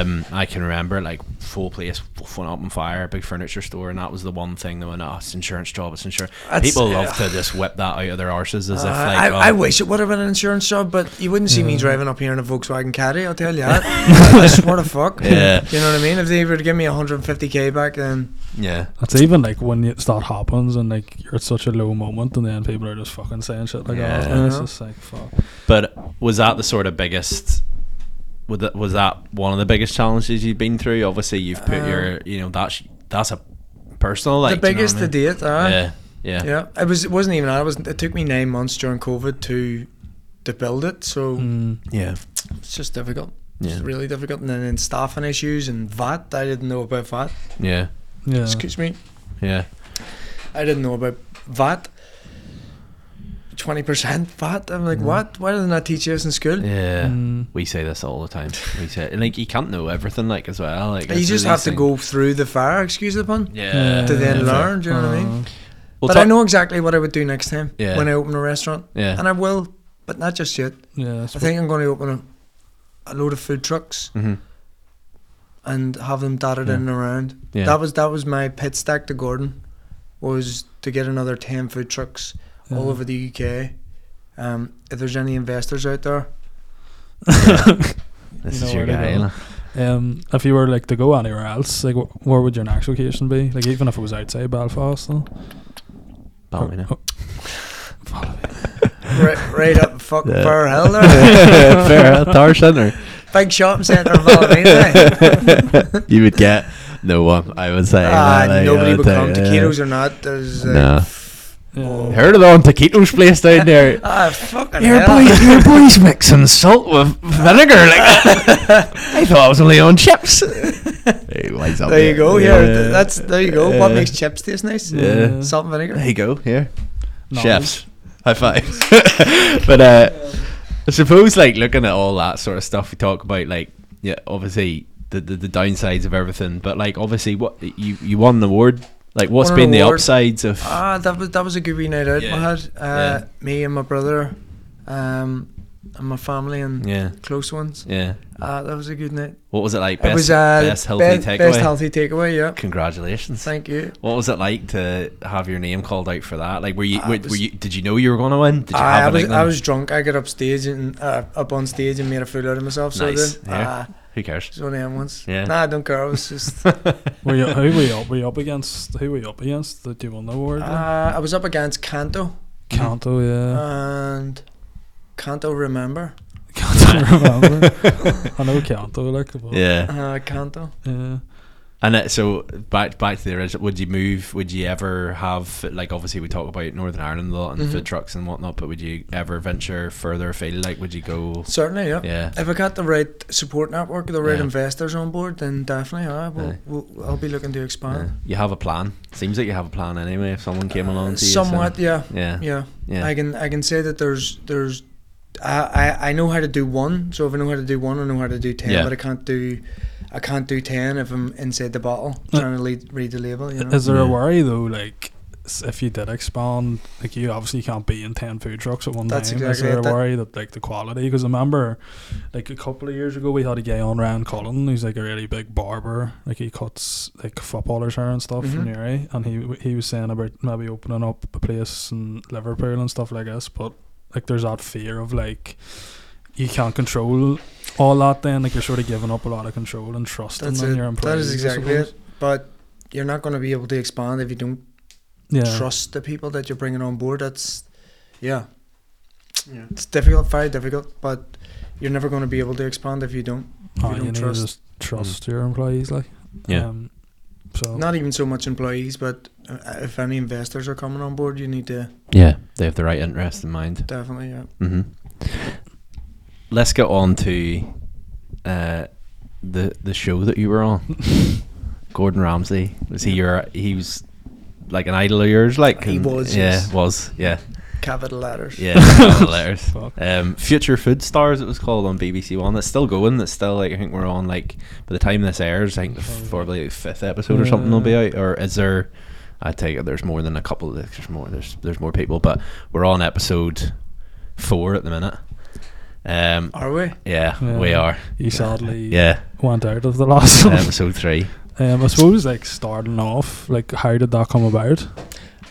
um, I can remember like full place went up in fire, big furniture store, and that was the one thing that went, oh, it's insurance job, it's insurance.
That's-
People love to just whip that out of their arses as
Uh,
if like,
I,
oh,
I wish it would have been an insurance job, but you wouldn't see me
Yeah.
driving up here in a Volkswagen Caddy. I'll tell you that. I swear to fuck.
Yeah.
You know what I mean? If they were to give me 150k back, then
yeah,
it's even like when it that happens and like you're at such a low moment, and then people are just fucking saying shit like that.
Yeah.
And it's
Yeah.
just like fuck.
But was that the sort of biggest? Was that, was that one of the biggest challenges you've been through? Obviously, you've put
Um,
your you know that's that's a personal like
the biggest to
do
date.
you know what I
Uh,
mean? yeah, yeah,
Yeah, it was. It wasn't even that. It was. It took me nine months during COVID to to build it. So
Mm.
yeah,
it's just difficult. It's
Hmm. yeah,
really difficult. And then in staffing issues and VAT, I didn't know about VAT.
yeah,
Yeah.
Excuse me,
yeah,
I didn't know about VAT. Twenty percent VAT. I'm like,
Mm.
what? Why didn't I teach you this in school?
Hmm. yeah.
Mm.
We say this all the time. We say and, like you can't know everything like as well. Like
you
it's
just
these
have to
things-
go through the fire. Excuse the pun.
yeah
To then
yeah,
learn, do you know what I mean?
Uh,
Well,
but
ta-
I know exactly what I would do next time
Yeah.
when I open a restaurant,
yeah.
and I will, but not just yet.
Yeah. it's
I think I'm going to open a, a load of food trucks
hmm
and have them dotted
Yeah.
in and around.
Yeah.
That was that was my pit stack to Gordon, was to get another ten food trucks
yeah.
all over the UK. Um, if there's any investors out there,
This
You know
is your
where to
guy.
go.
like.
Um, if you were like to go anywhere else, like wh- where would your next location be? Like even if it was outside Belfast, though.
Ballymena.
right, right up fucking
Yeah.
Fir Hill there,
Fair, Tar Centre.
eh? big shopping centre of Ballymena.
you would get no one. I would say
Ah,
that, like,
nobody
I
would
would
come.
say,
Taquitos or not, there's. Uh,
Nah.
oh.
yeah. Heard it on Taquitos place down there.
Ah, fucking
Your
hell.
boy, your boy's mixing salt with vinegar. Like I thought I was only on chips. Hey, wise up
There you go. Yeah,
Yeah.
th- that's there you go. What
Yeah.
makes chips taste nice?
Yeah.
Salt and vinegar.
There you go. Here,
No,
chefs. High five. but uh, I suppose, like looking at all that sort of stuff, we talk about, like yeah, obviously the the, the downsides of everything. But like, obviously, what you you won the award. Like, what's
Won an
been the
award.
upsides of?
Ah, that was that was a good wee night out.
Yeah.
I had uh,
Yeah.
me and my brother, um, and my family and
yeah,
close ones.
yeah.
Ah, that was a good night.
What was it like?
it
Best,
was uh,
best healthy
be-
takeaway.
Best healthy takeaway. Yeah.
Congratulations.
Thank you.
What was it like to have your name called out for that? Like, were you,
Ah,
were,
it was-
were you did you know you were going to win? Did you
Aye, I
have an
was I
inkling?
was drunk. I got up stage and uh, up on stage and made a fool out of myself. So
Nice.
then,
Yeah.
ah,
Who cares?
it's only him once.
Yeah.
Nah, I don't care. I was just
Were you, who were you up? Were you up against? Who were you up against that you won the award? with?
uh, I was up against Canto
Canto, yeah.
and Canto remember.
Can't remember. I know Canto, like, but,
Yeah.
Uh, Canto.
yeah.
And uh, so back back to the original. Would you move? Would you ever have like? Obviously, we talk about Northern Ireland a lot and
Mhm.
food trucks and whatnot. But would you ever venture further afield? Like, would you go?
Certainly, yeah.
Yeah.
If I got the right support network, the right
Yeah.
investors on board, then definitely, I will.
Aye.
will I'll be looking to
Yeah.
expand.
You have a plan. Seems like you have a plan anyway. If someone came along to you, so-
uh, Somewhat, yeah,
Yeah.
yeah,
Yeah.
I can I can say that there's there's I, I I know how to do one. So if I know how to do one, I know how to do ten.
Yeah.
But I can't do I can't do ten if I'm inside the bottle
Uh,
trying to lead, read the label. You know.
Is there a
Yeah.
worry though, like s- if you did expand, like you obviously can't be in ten food trucks at one
That's
time. is
exactly
there
it,
a
that-
worry that like the quality? Because I remember, like a couple of years ago, we had a guy on Ryan Cullen who's like a really big barber, like he cuts like footballers' hair and stuff from
Mhm.
Newry, and he w- he was saying about maybe opening up a place in Liverpool and stuff like this, but like there's that fear of like you can't control. All that then, like you're sort of giving up a lot of control and trust in
That's
them,
it.
your
that
employees.
is
I
exactly
suppose.
it. But you're not going to be able to expand if you don't
Yeah.
trust the people that you're bringing on board. That's yeah, it's difficult, very difficult, but you're never going to be able to expand if you don't. if
Oh,
you
you,
don't
need
trust. Mm.
to just trust your employees, like
Yeah.
Um, so
Not even so much employees, but uh, if any investors are coming on board, you need to
Yeah. They have the right interest in mind.
definitely. uh, Yeah.
hmm Let's get on to uh, the the show that you were on. Gordon Ramsay was he your he was like an idol of yours, like
He
and-
was,
yeah,
yes.
was, yeah,
Capital letters.
yeah. capital letters.
fuck.
Um, Future Food Stars, it was called on BBC One. That's still going. That's still like I think we're on like by the time this airs, I think the f- probably the fifth episode or something will be out. Or is there? I take it there's more than a couple. There's more. There's there's more people, but we're on episode four at the minute. Um,
Are we?
yeah, we
Yeah.
are.
You sadly
Yeah,
went out of the last one.
episode three.
Um, I suppose like starting off, like how did that come about?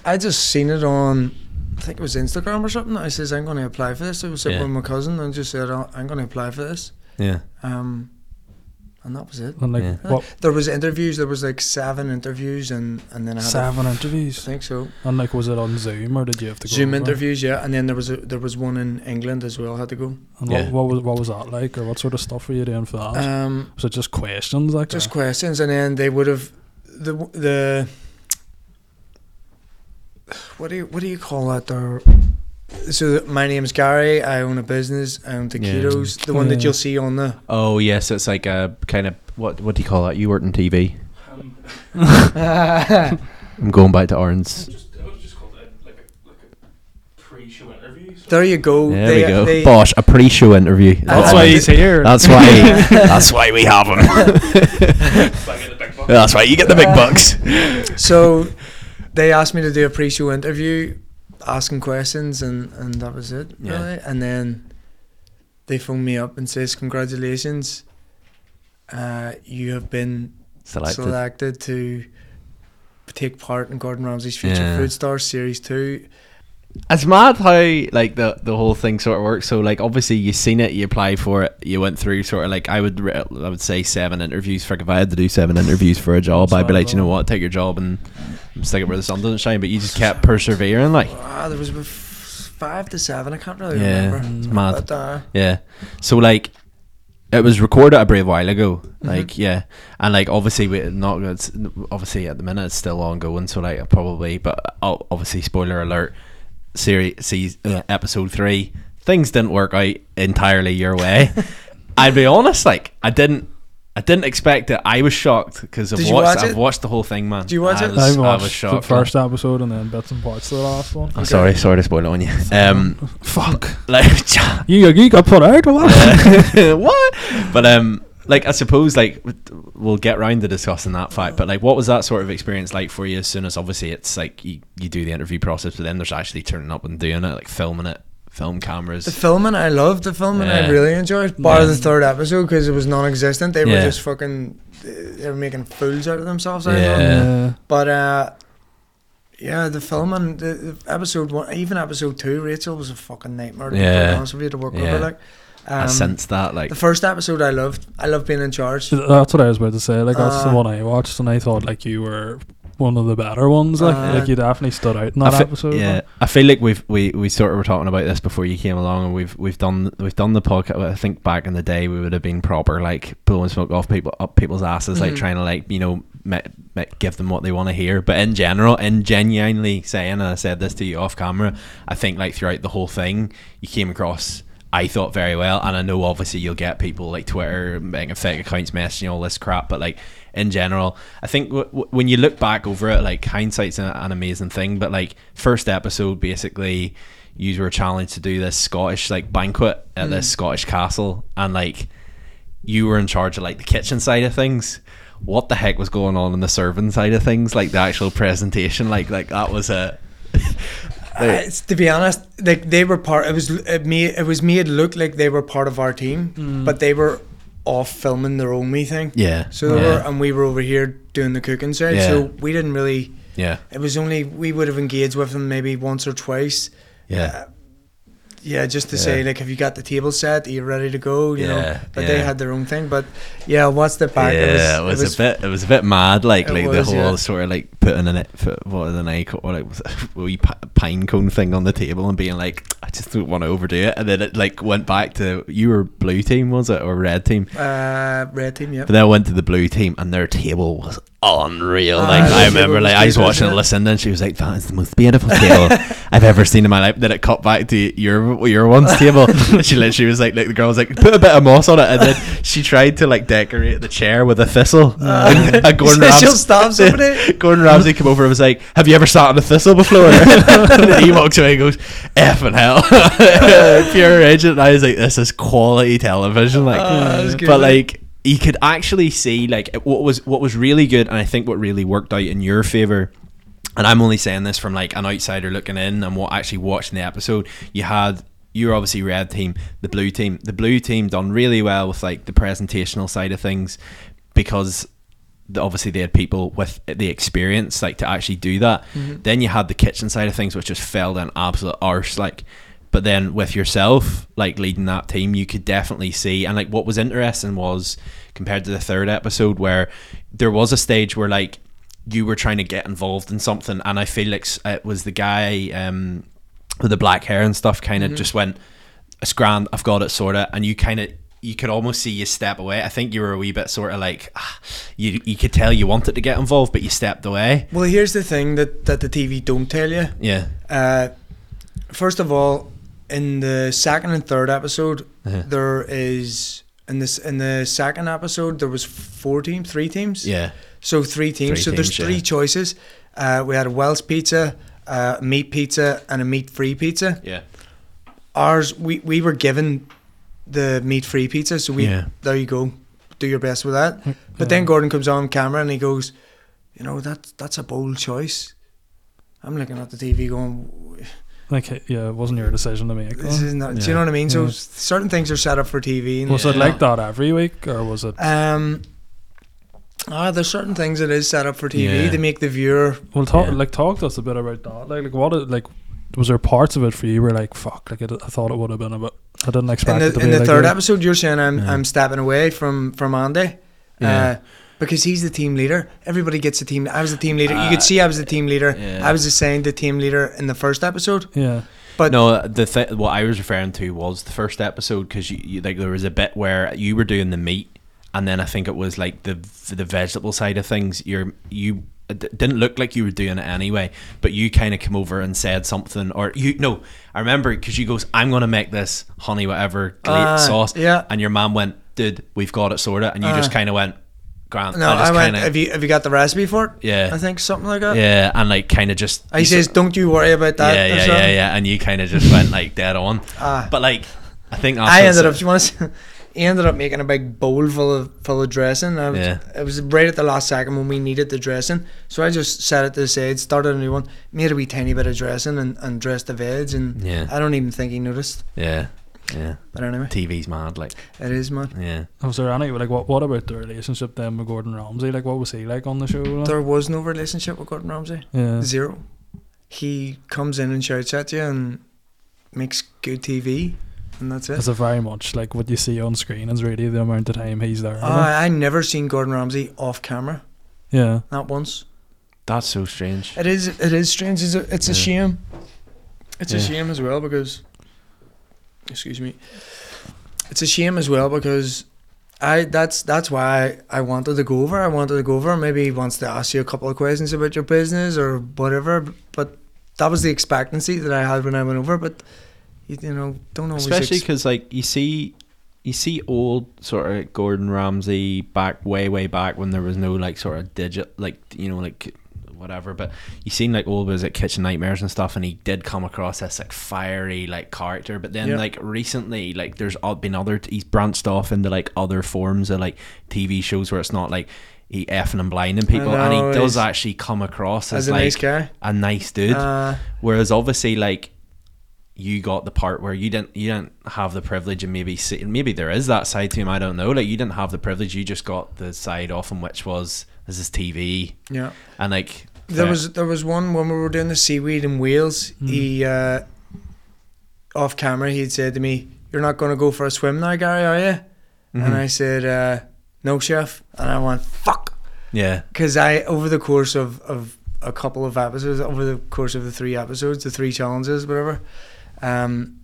I just seen it on, I think it was Instagram or something. I says I'm going to apply for this. I was sitting
Yeah.
with my cousin and just said "Oh, I'm going to apply for this.
Yeah,
Um, and that was it.
And like
Yeah.
what
There was interviews. There was like seven interviews, and and then I had a-
seven
I
interviews?
think so.
And like was it on Zoom or did you have to go
Zoom
over?
interviews, yeah, and then there was a, there was one in England as well. I had to go.
And what,
Yeah.
what was what was that like, or what sort of stuff were you doing for that?
Um,
was it just questions like
just
or-
questions, and then they would have the the what do you what do you call that? There? So that- my name's Gary. I own a business. I own taquitos, the one that
Yeah.
you'll see on the.
Oh yes, it's like a kind of what what do you call that? You weren't in TV. I'm going back to Orange.
there you go.
There
Oh, They-
we go.
they-
Bosh, a pre-show interview. is
That's
what
why
it
he's
is.
here.
That's why. that's why we have him. that's why you get the big bucks.
so they asked me to do a pre-show interview, asking questions, and and that was it
Yeah.
really. And then they phoned me up and says, "Congratulations, uh, you have been
Selected.
selected to take part in Gordon Ramsay's Future
Yeah.
Food Star Series Two.
It's mad how like the the whole thing sort of works. So like obviously you seen it, you applied for it, you went through sort of like I would re- I would say seven interviews. For, if I had to do seven interviews for a job, I'd be like, you know what, take your job and stick it where the sun doesn't shine. But you just kept persevering, like
Ah, there was about f- five to seven. I can't really
Yeah.
remember.
it's mad.
But uh,
Yeah. So like, It was recorded a brave while ago,
Mm-hmm.
like yeah, and like obviously we not it's, obviously at the minute it's still ongoing, so like probably, but o- obviously spoiler alert, series season, uh, episode three things didn't work out entirely your way. I'll be honest, like I didn't, I didn't expect it. I was shocked because I've
Did
watched,
you watch
I've
it?
watched the whole thing, man.
Did you watch
I
it?
Was,
I
I
watched
was shocked.
the first episode and then bits and parts of the last one.
I'm sorry, sorry to spoil it on you. Um,
Fuck.
like
You, you got put out? What?
Uh, what? But um, like I suppose like w- we'll get round to discussing that fact. But like, what was that sort of experience like for you? As soon as obviously it's like you, you do the interview process, but then there's actually turning up and doing it, like filming it, film
The
cameras.
filming I loved, the filming I
Yeah.
really enjoyed, bar
Yeah.
the third episode because it was non-existent. They were
Yeah.
just fucking, they were making fools out of themselves. I
Yeah.
thought.
Yeah.
But uh, yeah, the filming, the, the episode one, even episode two, Rachel was a fucking nightmare. To yeah, be
Yeah.
honest with you, to work
Yeah.
over like.
I
Um,
sensed that, like,
the first episode I loved. I loved being in charge.
That's what I was about to say. Like that's the
Uh,
one I watched, and I thought like you were one of the better ones. Like
Uh,
like you definitely stood out in
I
that
fe-
episode.
Yeah, I feel like we've we, we sort of were talking about this before you came along, and we've we've done we've done the podcast. I think back in the day, we would have been proper like blowing smoke off people up people's asses, like
Mhm.
trying to like you know me, me, give them what they want to hear. But in general, in genuinely saying, and I said this to you off camera, I think like throughout the whole thing, you came across. I thought very well, and I know obviously you'll get people like Twitter, making fake accounts, messaging all this crap, but like in general. I think w- w- when you look back over it, like hindsight's an, an amazing thing, but like first episode, basically, you were challenged to do this Scottish like banquet at this Scottish castle, and like you were in charge of like the kitchen side of things. What the heck was going on in the serving side of things? Like the actual presentation, like like that was a.
Uh, it's- to be honest, like they were part. It was it made it was made look like they were part of our team, but they were off filming their own wee thing.
yeah.
So they
yeah.
were, and we were over here doing the cooking side.
Yeah.
So we didn't really.
yeah,
It was only we would have engaged with them maybe once or twice. Uh,
yeah,
Yeah, just to say
Yeah.
like, have you got the table set? Are you ready to go? You know.
Yeah,
But they
yeah.
had their own thing. But yeah, what's the back?
yeah, it was, a bit. It was a bit mad, like
It
like
was,
the whole
yeah.
sort of like putting an for what is an icon or like a wee pi- pine cone thing on the table and being like, I just don't want to overdo it, and then it like went back to you were blue team was it or red team?
Uh, red team. Yeah.
But then I went to the blue team and their table was unreal.
Ah,
Like
the
I
table
remember,
was
like I was
beautiful,
watching
wasn't
it,
it?
listening, and she was like, "That is the most beautiful table I've ever seen in my life." Then it cut back to your your one's table. and she literally was like, like, "The girl was like, put a bit of moss on it," and then she tried to like decorate the chair with a thistle.
Ah.
and, and Gordon
She'll
Ramsay.
stab somebody.
Gordon Ramsay came over and was like, "Have you ever sat on a thistle before?" and then he walks away and goes, "Effing hell, pure agent." And I was like, "This is quality television." Like,
Ah, that's good.
but like, you could actually see like what was what was really good, and I think what really worked out in your favor. And I'm only saying this from like an outsider looking in and what actually watching the episode. You had you were obviously red team, the blue team. The blue team done really well with like the presentational side of things because the- obviously they had people with the experience like to actually do that. Then you had the kitchen side of things, which just fell down absolute arse. Like, but then with yourself, like leading that team, you could definitely see. And like, what was interesting was compared to the third episode, where there was a stage where like you were trying to get involved in something, and I feel like s- it was the guy um, with the black hair and stuff kind of just went, "It's grand, I've got it sorta," and you kind of. You could almost see you step away. I think you were a wee bit sort of like, ah, you you could tell you wanted to get involved, but you stepped away.
Well, here's the thing that that the TV don't tell you.
Yeah,
Uh, first of all, in the second and third episode,
Uh-huh.
there is in this in the second episode there was four teams, three teams.
yeah,
So three teams.
Three
so
teams,
there's
yeah.
three choices. Uh, we had a Welsh pizza, uh, meat pizza, and a meat free pizza.
yeah.
Ours, we we were given the meat free pizza, so we
Yeah. Uh-huh.
there you go, do your best with that. But then Gordon comes on camera and he goes, you know that that's a bold choice. I'm looking at the TV going,
like yeah, it wasn't your decision to make.
this
Though.
is not. Do you know what I mean? So
Yeah.
s- certain things are set up for TV. And,
Was it
Yeah.
like that every week, or was it?
um, ah, there's certain things that is set up for TV
Yeah.
to make the viewer.
Well, talk
Yeah.
like talk to us a bit about that. Like, like what? it- Like, was there parts of it for you where like, fuck, like it, I thought it would have been a bit. I didn't
In
expect it
the,
to
in
be
the
like
third
that.
episode, you're saying I'm
Yeah.
I'm stepping away from from Andy.
Yeah.
Uh, because he's the team leader. Everybody gets a team. I was the team leader. you could
Uh,
see I was the team leader.
yeah.
I was assigned the team leader in the first episode.
Yeah,
But
no, the th- what I was referring to was the first episode because you, you like there was a bit where you were doing the meat, and then I think it was like the the vegetable side of things. You're you it d- didn't look like you were doing it anyway, but you kind of come over and said something, or you no, I remember because you goes, "I'm gonna make this honey whatever gla-
Uh,
sauce,"
yeah. Uh.
and your mom went, "Dude, we've got it sorted," and you just kind of went, "Grant,
no,
I
I
just
went.
kind
Have
of
you have you got the recipe for it?
Yeah.
I think something like that.
yeah," and like kind of just
He
you
says, "Don't you worry about that."
yeah,
or
yeah,
something. Ah.
yeah, yeah. And you kind of just went like dead on. but like, I think that's
I
what's-
ended up. Do you want to? He ended up making a big bowl full of full of dressing. I was,
Yeah.
It was right at the last second when we needed the dressing, so I just set it to the side, started a new one, made a wee tiny bit of dressing, and, and dressed the veg. And
Yeah.
I don't even think he noticed.
Yeah, yeah.
But anyway,
TV's mad. Like,
it is man.
yeah.
Was there any like what? What about the relationship then with Gordon Ramsay? Like, what was he like on the show? like?
There was no relationship with Gordon Ramsay.
yeah,
Zero. He comes in and shouts at you and makes good TV, and that's it.
it's a very much like what you see on screen is really the amount of time he's there. you know?
I I never seen Gordon Ramsay off camera,
yeah,
not once.
That's so strange.
It is it is strange. It's a, it's a
Yeah.
shame. It's a
Yeah.
shame as well because, excuse me. It's a shame as well because, I that's that's why I, I wanted to go over. I wanted to go over. Maybe he wants to ask you a couple of questions about your business or whatever. But that was the expectancy that I had when I went over. But you, you know, don't always.
Especially
ex-
because like you see, you see old sort of Gordon Ramsay back way way back when there was no like sort of digit like you know like whatever. But you seen like old was at Kitchen Nightmares and stuff, and he did come across this like fiery like character. But then
Yeah.
like recently, like there's o- been other he's branched off into like other forms of like TV shows where it's not like. He effing and blinding people,
know,
and he does
he's-
actually come across as,
as a
like
nice guy.
a nice dude.
Uh,
Whereas obviously, like you got the part where you didn't you didn't have the privilege, and maybe see, maybe there is that side to him. I don't know. Like you didn't have the privilege. You just got the side off him, which was this is TV,
yeah.
and like
There
that-
was there was one when we were doing the seaweed in Wales. He uh, off camera he'd said to me, "You're not going to go for a swim now, Gary, are you?"
hmm, Mm-hmm.
And I said, uh, "No, chef." And I went, "Fuck,"
yeah,
because I over the course of of a couple of episodes, over the course of the three episodes, the three challenges, whatever, um,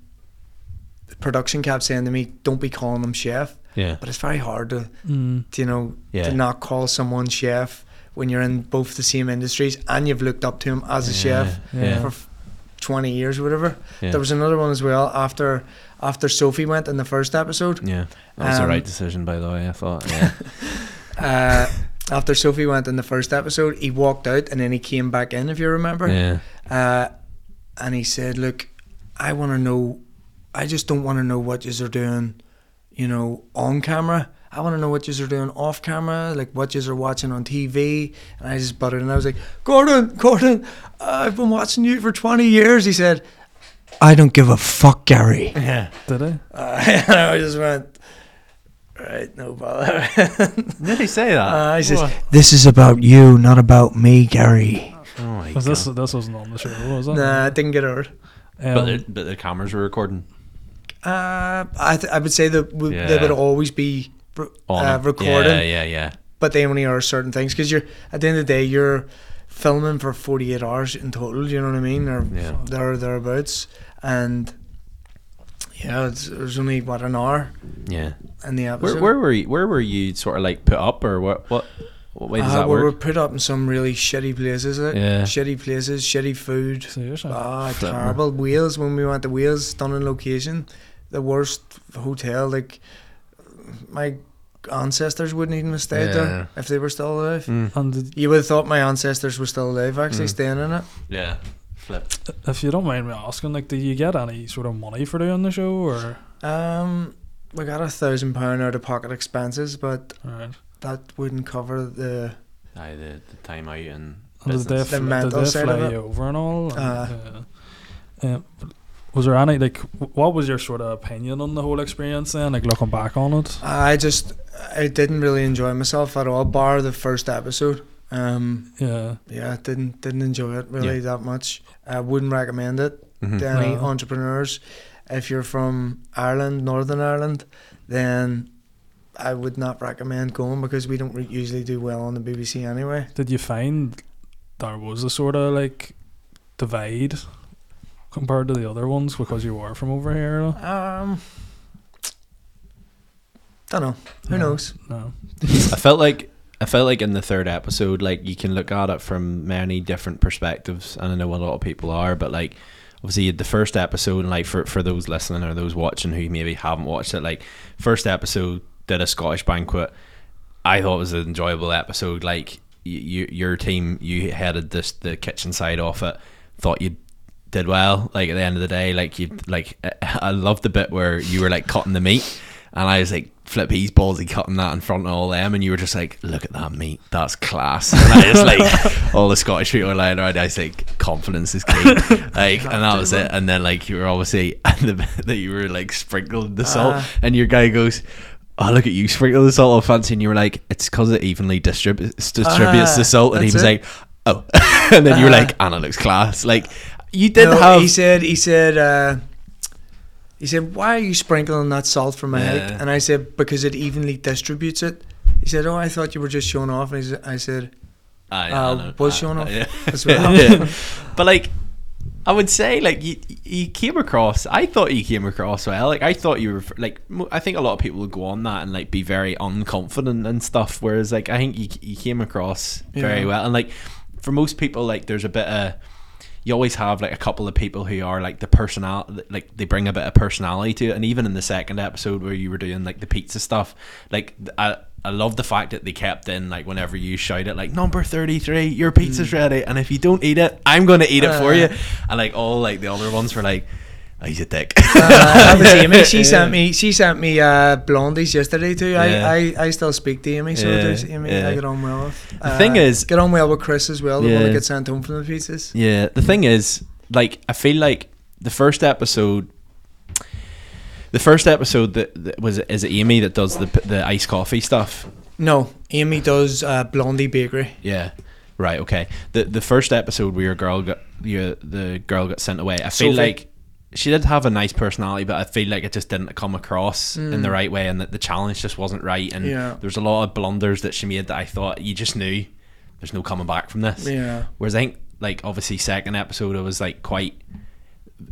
the production kept saying to me, "Don't be calling him chef."
yeah,
But it's very hard to
mm,
to, you know,
Yeah.
to not call someone chef when you're in both the same industries and you've looked up to him as a chef
yeah,
yeah.
for f- 20 years or whatever.
yeah.
There was another one as well after after Sophie went in the first episode.
yeah. That was
um,
the right decision, by the way. I thought. Yeah,
Uh, after Sophie went in the first episode, he walked out and then he came back in, if you remember.
yeah,
Uh, and he said, "Look, I want to know. I just don't want to know what yous are doing, you know, on camera. I want to know what yous are doing off camera, like what yous are watching on TV." And I just buttered, and I was like, "Gordon, Gordon, I've been watching you for twenty years." He said, "I don't give a fuck, Gary."
yeah.
did he?
Uh, and I just went. Right, no bother.
Did he say that?
Uh, he says,
What?
"This is about you, not about me, Gary."
oh my
Was
God.
this this wasn't on the show? Was it?
Nah, I didn't get hurt.
Um,
but the, but the cameras were recording.
Uh, I th- I would say that w- they
Yeah.
would always be re-
On
uh,
it.
recording,
Yeah, yeah, yeah.
but they only are certain things because you're at the end of the day you're filming for forty eight hours in total. You know what I mean? Or
Mm, Yeah.
there thereabouts, and yeah, it's, there's only what an hour
Yeah.
in the
Where,
episode.
where were you? Where were you? Sort of like put up, or what? What? What way does
Uh,
that
we were
work?
put up in some really shitty places. Like,
Yeah.
Shitty places, shitty food.
seriously?
Ah,
Flipper.
terrible. Wales, when we went to Wales, stunning location. The worst hotel. Like, my ancestors wouldn't even have stayed
Yeah.
there if they were still alive.
Mm.
and did,
You would have thought my ancestors were still alive actually staying in it.
Yeah, flip.
if you don't mind me asking, like, do you get any sort of money for doing the show or?
Um, we got a thousand pound out of pocket expenses, but
Right.
that wouldn't cover the.
Aye, the, the time out and
And did they,
business.
The
fl- did
mental
they
side
fly
of it.
you over and all? And,
Uh.
uh, uh, was there any like? w- What was your sort of opinion on the whole experience then? Like looking back on it.
I just, I didn't really enjoy myself at all, bar the first episode. Um,
Yeah.
yeah, didn't didn't enjoy it really that much. I wouldn't recommend it.
Mm-hmm. Hmm.
to any
No.
entrepreneurs. If you're from Ireland, Northern Ireland, then I would not recommend going because we don't re- usually do well on the BBC anyway.
Did you find there was a sort of like divide compared to the other ones because you are from over here? though?
Um, don't know. Who
No.
knows?
No.
I felt like I felt like in the third episode, like you can look at it from many different perspectives, and I know a lot of people are, but like obviously the first episode, and like for for those listening or those watching who maybe haven't watched it, like first episode did a Scottish banquet. I thought it was an enjoyable episode. Like you, your team, you headed this the kitchen side off it. Thought you did well. Like at the end of the day, like you like I loved the bit where you were like cutting the meat, and I was like flip he's ballsy cutting that in front of all them, and you were just like, look at that meat, that's class. And I just like all the Scottish people were lying around. I was like, confidence is key, like, and that was it. And then like you were obviously and the bit that you were like sprinkled the salt,
Ah.
and your guy goes. Oh look at you! Sprinkle the salt on fancy, and you were like, "It's because it evenly distributes distributes the
Ah,
salt." And he
that's
was
it.
like, "Oh," and then you were
Uh-huh.
like, "Anna looks class." Like you did
No,
have
He said. He said. Uh, he said, "Why are you sprinkling that salt from my head?"
Yeah.
And I said, "Because it evenly distributes it." He said, "Oh, I thought you were just showing off." And I said, I said
I,
Uh, was shown off
Yeah.
as well.
Yeah. But like, I would say like you, you came across. I thought you came across well. Like I thought you were like. mo- I think a lot of people would go on that and like be very unconfident and stuff. Whereas like I think you you came across very
Yeah.
well. And like for most people, like there's a bit of you always have like a couple of people who are like the personal like they bring a bit of personality to it and even in the second episode where you were doing like the pizza stuff like th- i i love the fact that they kept in like whenever you shout it like number 33 your pizza's ready and if you don't eat it i'm gonna eat it for
Uh.
you and like all like the other ones were like oh, he's a dick
uh, that was Amy. She sent me. She sent me uh, blondies yesterday too. I,
Yeah.
I, I still speak to Amy, so
Yeah,
there's Amy.
yeah.
I get on well with. Uh,
The thing is-
get on well with Chris as well. The one
Yeah.
that gets sent home from the pizzas.
Yeah, the thing is, like, I feel like the first episode, the first episode that, that was is it Amy that does the the iced coffee stuff.
No, Amy does uh, Blondie Bakery.
Yeah, right. Okay. the The first episode where your girl got your the girl got sent away. I feel
Sophie.
like she did have a nice personality, but I feel like it just didn't come across in the right way, and that the challenge just wasn't right. And
Hmm. Yeah.
there's a lot of blunders that she made that I thought you just knew there's no coming back from this.
Yeah.
Whereas I think, like, obviously, second episode, it was like quite.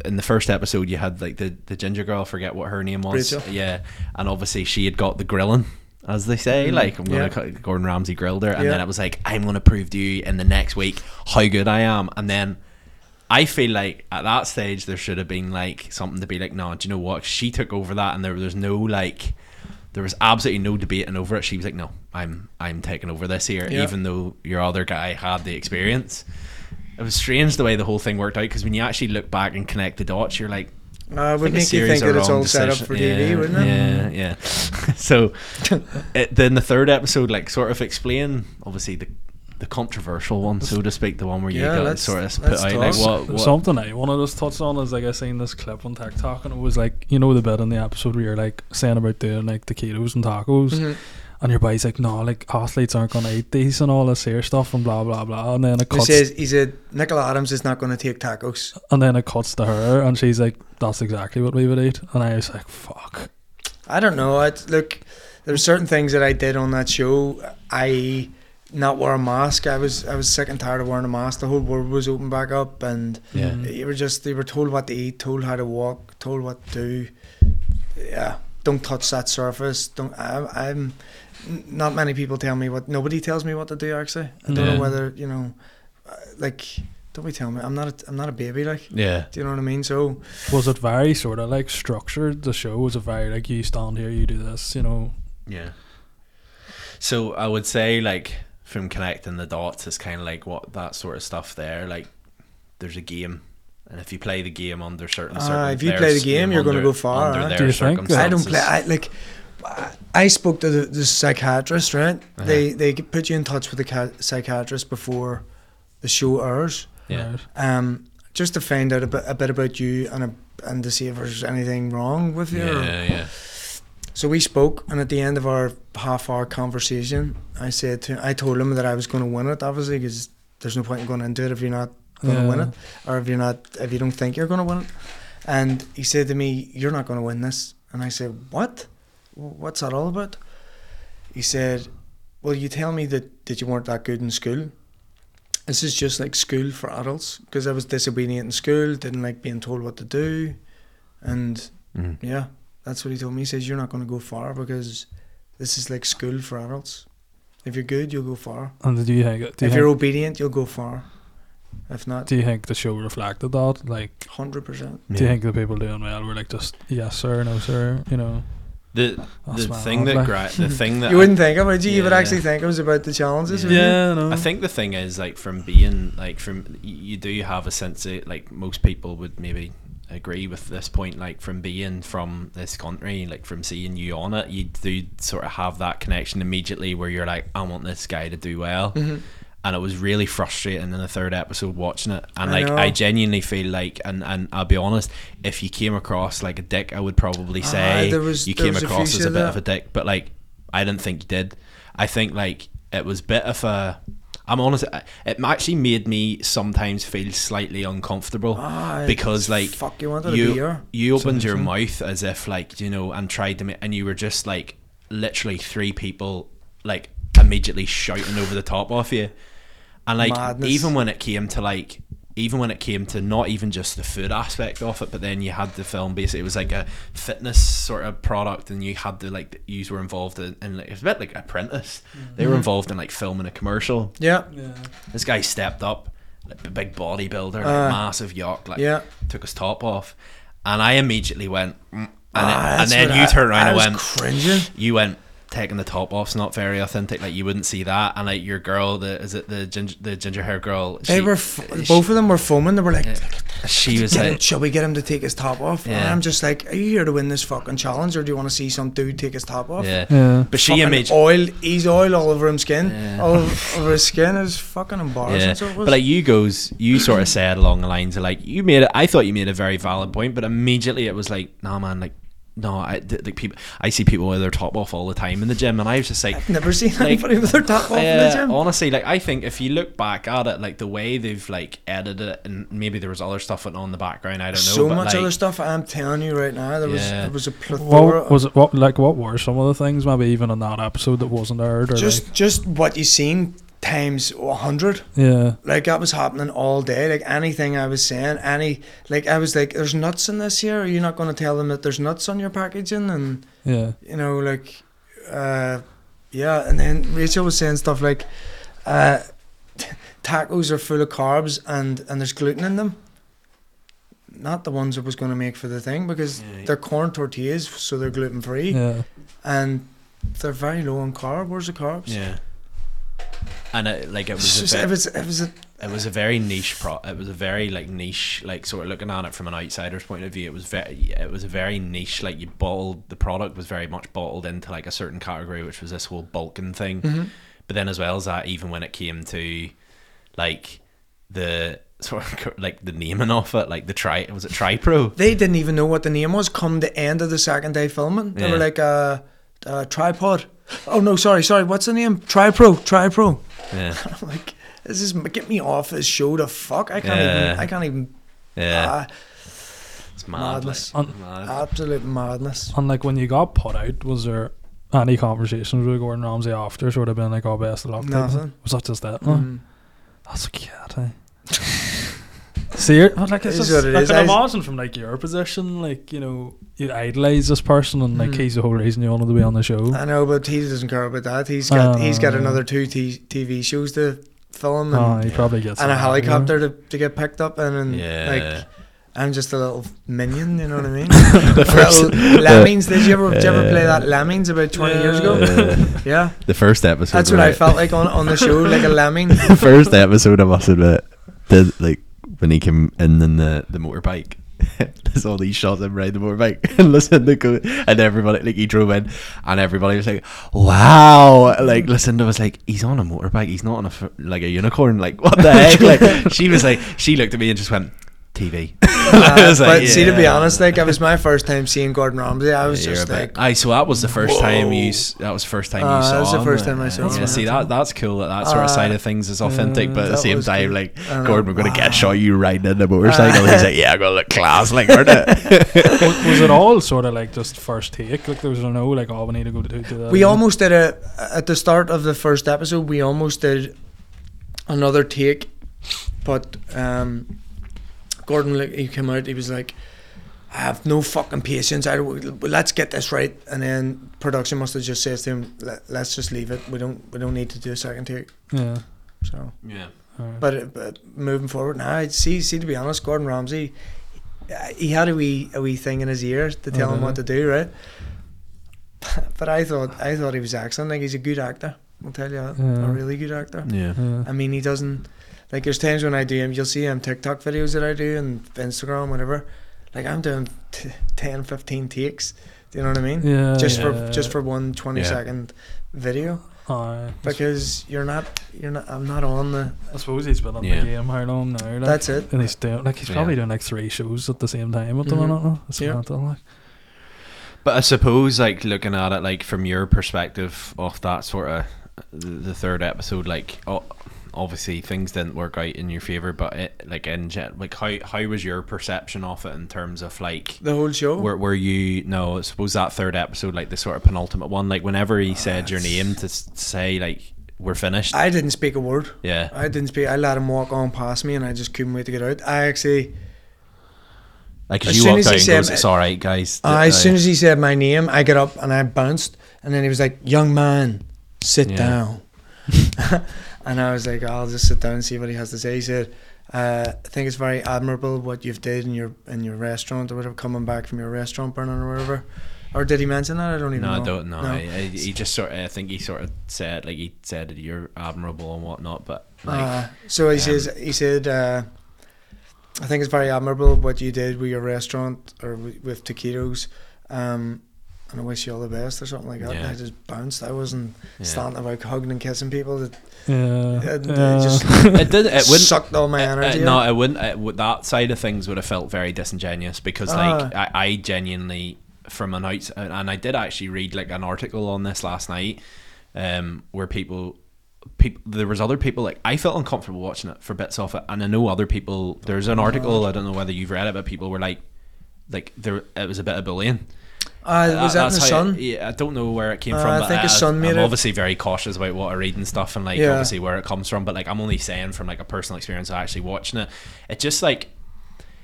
In the first episode, you had like the the ginger girl. I forget what her name was.
Rachel.
Yeah, and obviously she had got the grilling, as they say. Like I'm gonna
Mm-hmm. Yeah.
cut Gordon Ramsay grilled her, and
Yeah.
then it was like I'm gonna prove to you in the next week how good I am. And then I feel like at that stage there should have been like something to be like, no, do you know what? She took over that, and there was no like. There was absolutely no debating over it. She was like, "No, I'm I'm taking over this here,
Yeah.
even though your other guy had the experience." It was strange the way the whole thing worked out because when you actually look back and connect the dots, you're like,
Uh, would
a
make you
series
think that
of
it's
wrong
all set up
decision-
for
yeah,
TV, wouldn't it?
Yeah, yeah. so it, then the third episode, like, sort of explain, obviously the the controversial one, so to speak, the one where you
Yeah,
got
let's-
sort of put
let's
out like
talk.
what, what
Something I want to just touch on is like I seen this clip on TikTok and it was like you know the bit in the episode where you're like saying about doing like taquitos and tacos
Mhm.
and your buddy's like no like athletes aren't gonna eat these and all this here stuff and blah blah blah and then it
He
cuts
says he said Nicola Adams is not going to take tacos.
and then it cuts to her and she's like that's exactly what we would eat and I was like fuck
I don't know. I look. There were certain things that I did on that show. I not wear a mask. I was I was sick and tired of wearing a mask. The whole world was open back up, and
Yeah.
Mm.
you were just you were told what to eat, told how to walk, told what to do. Yeah, don't touch that surface. Don't. I, I'm. n- Not many people tell me what. Nobody tells me what to do. Actually, I don't
Yeah.
know whether you know. uh, Like, don't be telling me. I'm not. A, I'm not a baby. Like,
yeah.
do you know what I mean? So.
was it very sort of like structured the show was it very like you stand here you do this you know
Yeah. So I would say like from connecting the dots it's kind of like what that sort of stuff there like there's a game and if you play the game under certain
Ah,
circum-
if you
their
play the
s-
game, you're gonna
under-
go far,
under
eh?
their
Do you think?
circumstances.
I don't play. I like. I- I spoke to the, the psychiatrist, right? They they could put you in touch with the ca- psychiatrist before the show airs,
yeah.
right?
um, just to find out a bit, a bit about you and a, and to see if there's anything wrong with you. or-
Yeah, yeah.
So we spoke, and at the end of our half-hour conversation, I said to I told him that I was going to win it, obviously, because there's no point in going into it if you're not going to win
Yeah.
it, or if you're not if you don't think you're going to win it. And he said to me, "You're not going to win this." And I said, "What? What's that all about?" He said, "Well, you tell me that that you weren't that good in school, This is just like school for adults because I was disobedient in school, didn't like being told what to do, and
Mm.
yeah, that's what he told me. He says you're not going to go far because this is like school for adults. If you're good, you'll go far.
And do you think? Do you
if you're
think,
obedient, you'll go far. If not,
do you think the show reflected that? Like,
hundred percent.
do you
Yeah.
think the people doing well were like just yes sir, no sir? You know,
the
that's
the
my
thing
outlook.
that gra- the thing that
You
I-
wouldn't think about it. You would
Yeah.
actually think it was about the challenges.
Yeah.
wouldn't you?
yeah, no.
I think the thing is like from being like from y- you do have a sense of like most people would maybe agree with this point like from being from this country like from seeing you on it you do sort of have that connection immediately where you're like I want this guy to do well
Mm-hmm.
and it was really frustrating in the third episode watching it and
I
like
know.
I genuinely feel like and and I'll be honest if you came across like a dick I would probably
Ah,
say
there was-
you
there
came
was a few
across as a
said
bit
that.
of a dick but like I didn't think you did I think like it was a bit of a I'm honest I- it actually made me sometimes feel slightly uncomfortable
Ah,
because like
fuck, you wanted to be
you
here.
you opened your
Something.
mouth as if like you know and tried to make and you were just like literally three people like immediately shouting over the top of you and like
Madness.
even when it came to like even when it came to not even just the food aspect of it but then you had the film basically it was like a fitness sort of product and you had the like you were involved in, in like, it was a bit like apprentice they
Mm-hmm.
were involved in like filming a commercial
Yeah.
Yeah.
this guy stepped up, like a big bodybuilder, like
Uh,
massive yacht, like
yeah.
took his top off, and I immediately went, mm, and,
Ah,
then, and
that's
then
what
you
I-
turned
I
around and
was
went,
cringing.
you went taking the top off's not very authentic. Like you wouldn't see that, and like your girl, the is it the ginger, the ginger hair girl?
They
she-
were f-
she-
both of them were foaming. They were like,
She was
Get him-
like,
"Shall we get him to take his top off?" And
Yeah.
I'm just like, "Are you here to win this fucking challenge, or do you want to see some dude take his top off?"
yeah,
Yeah.
but she
Fucking
immediately.
oil. He's oil all over his skin.
Yeah.
All over his skin is fucking embarrassing.
Yeah.
So it was.
But like you goes, you sort of said along the lines of like you made it. I thought you made a very valid point, but immediately it was like, nah, man, like no, I th- like people. I see people with their top off all the time in the gym, and I was just like.
I've never seen
like,
anybody with their top off in the
yeah,
gym.
honestly, like I think if you look back at it, like the way they've like edited it, and maybe there was other stuff went on in the background. I don't know.
so
but,
much
like,
other stuff. I'm telling you right now, there was
Yeah.
there was a plethora.
What was it? What like what were some of the things maybe even in that episode that wasn't aired or
just
like,
just what you seen times a hundred.
yeah
Like that was happening all day. Like anything I was saying, any like I was like, "There's nuts in this here." Are you not going to tell them that there's nuts on your packaging? And
yeah
you know, like, uh, yeah. And then Rachel was saying stuff like, uh, "Tacos are full of carbs and and there's gluten in them." Not the ones I was going to make for the thing because
Yeah.
they're corn tortillas, so they're gluten free
yeah
and they're very low on carb. Where's the carbs?
yeah. And it, like it
It's
was
just-
a bit,
it was, it was a
it was a very niche pro it was a very like niche like sort of looking at it from an outsider's point of view it was very it was a very niche like you bottled the product was very much bottled into like a certain category which was this whole bulking thing
Mm-hmm.
but then as well as that even when it came to like the sort of co- like the naming of it like the tri was it tripro
they didn't even know what the name was come the end of the second day filming. They
Yeah.
were like a, uh tripod. Oh no, sorry, sorry. What's the name? Tripro, Tripro.
yeah
I'm like, this is get me off this show. The fuck, I can't
Yeah.
even. I can't even.
yeah
ah,
it's mad, like,
madness. Um,
Un-
mad.
absolute madness.
and like when you got put out was there any conversations with Gordon Ramsay after sort of been like oh best of luck type of thing?
Nothing.
was that just that one?
Mm.
That's cute. Eh? See, you're- but, like it's
It is
just,
what it
I
is. I-
can imagine from like your position, like you know, you idolize this person, and like
Mm.
he's the whole reason you wanted to be on the show.
I know, but he doesn't care about that. He's got
Oh,
he's got
no.
another two t- TV shows to film
oh,
and,
he probably gets
and a
that, you know?
helicopter to, to get picked up in and
yeah
like I'm just a little minion, you know what I mean? little lemmings. Did you ever, did you ever play that lemmings about 20 years ago?
Yeah.
Yeah,
the first episode
that's what I
right?
felt like on, on the show, like a lemming.
the first episode, I must admit, did like when he came in in the, the motorbike. There's all these shots of him riding the motorbike and listen to go and everybody like he drove in and everybody was like, "Wow!" Like listen to was like, "He's on a motorbike. He's not on a f- like a unicorn. Like what the heck?" Like she was like, she looked at me and just went, "TV." I
Uh,
was like,
but see, to be
"Yeah."
honest, like it was my first time seeing Gordon Ramsay. I was
Yeah,
just
you're a
like,
bit- aye. So that was the first time you.
Whoa.
s- That was the first time
Uh,
you saw.
that was the
him,
first time I
uh,
saw
Yeah,
him,
see
yeah.
that that's cool. That, that sort
Uh,
of side of things is authentic, but at the
that
same
was Uh,
time,
good.
like
I know.
Gordon, we're gonna get shot "Oh, you riding in the
motorcycle.
motorcycle. He's like, yeah, I'm gonna look class, like, aren't it?
was, was it all sort of like just first take? Like there was no like, oh, we need to go to do that.
we
again?
almost did a at the start of the first episode. We almost did another take But um, Gordon, like, he came out, he was like, I have no fucking patience. I don't, let's get this right. And then production must have just said to him, "Let- let's just leave it. We don't we don't need to do a second take.
Yeah.
So,
Yeah.
Alright.
but, but moving forward, now I see see to be honest, Gordon Ramsay, uh, he had a wee a wee thing in his ear to
Oh,
tell him
did
what to do, right? But I thought I thought he was excellent. Like he's a good actor. I'll tell you, that.
Yeah.
a really good actor.
Yeah.
yeah.
I mean, he doesn't. Like, there's times when I do him, you'll see him TikTok videos that I do and Instagram, whatever. Like, I'm doing t- 10, 15 takes. Do you know what I mean?
yeah.
just
yeah.
for just for one twenty
Yeah.
second video
Aye.
because you're not you're not I'm not on the
I suppose he's been on
Yeah.
the game how long now? Like,
that's it
and he's doing like he's
Yeah.
probably doing like three shows at the same time at the
Mhm.
moment. no? It's
Yeah.
mental, like.
But I suppose, like looking at it, like from your perspective of that sort of the, the third episode, like o- obviously things didn't work out in your favor. But it, like in gen- like how how was your perception of it in terms of like
the whole show.
were were you no? I suppose that third episode, like the sort of penultimate one, like whenever he said your name to s- say like we're finished.
I didn't speak a word.
yeah,
I didn't speak. I let him walk on past me, and I just couldn't wait to get out. I actually,
like
as
as you
soon
walked
as
out
he
and
said-
goes, it's all right, guys.
uh, as soon as he said my name, I got up and I bounced, and then he was like, "Young man, sit
Yeah.
down," and I was like, "I'll just sit down and see what he has to say." He said, uh, "I think it's very admirable what you've did in your in your restaurant or whatever, coming back from your restaurant burning or whatever." Or did he mention that? I don't even
No,
know.
I don't know. I, I, he just sort of, I think he sort of said, like, he said, you're admirable and whatnot, but, like,
Uh, so he
um,
says he said uh, I think it's very admirable what you did with your restaurant or with, with taquitos um, and I wish you all the best or something like that
Yeah.
I just bounced I wasn't
yeah.
standing about hugging and kissing people that
Yeah.
uh, they
yeah.
just
it did, it wouldn't,
sucked all my
Uh, uh,
energy
no,
out.
I wouldn't. It, would- that side of things would have felt very disingenuous because, like,
Ah.
I, I genuinely, from an outs and and I did actually read like an article on this last night, um, where people, people, there was other people like I felt uncomfortable watching it for bits of it, and I know other people. There's
Oh
an article I don't know whether you've read it, but people were like, like there, it was a bit of bullying.
uh, was that in the
that's how-
sun
yeah, I don't know where it came
Uh,
from.
I
but
think his son made
I'm
it.
obviously very cautious about what I read and stuff, and like
Yeah.
obviously where it comes from. But like, I'm only saying from like a personal experience of actually watching it. It just like,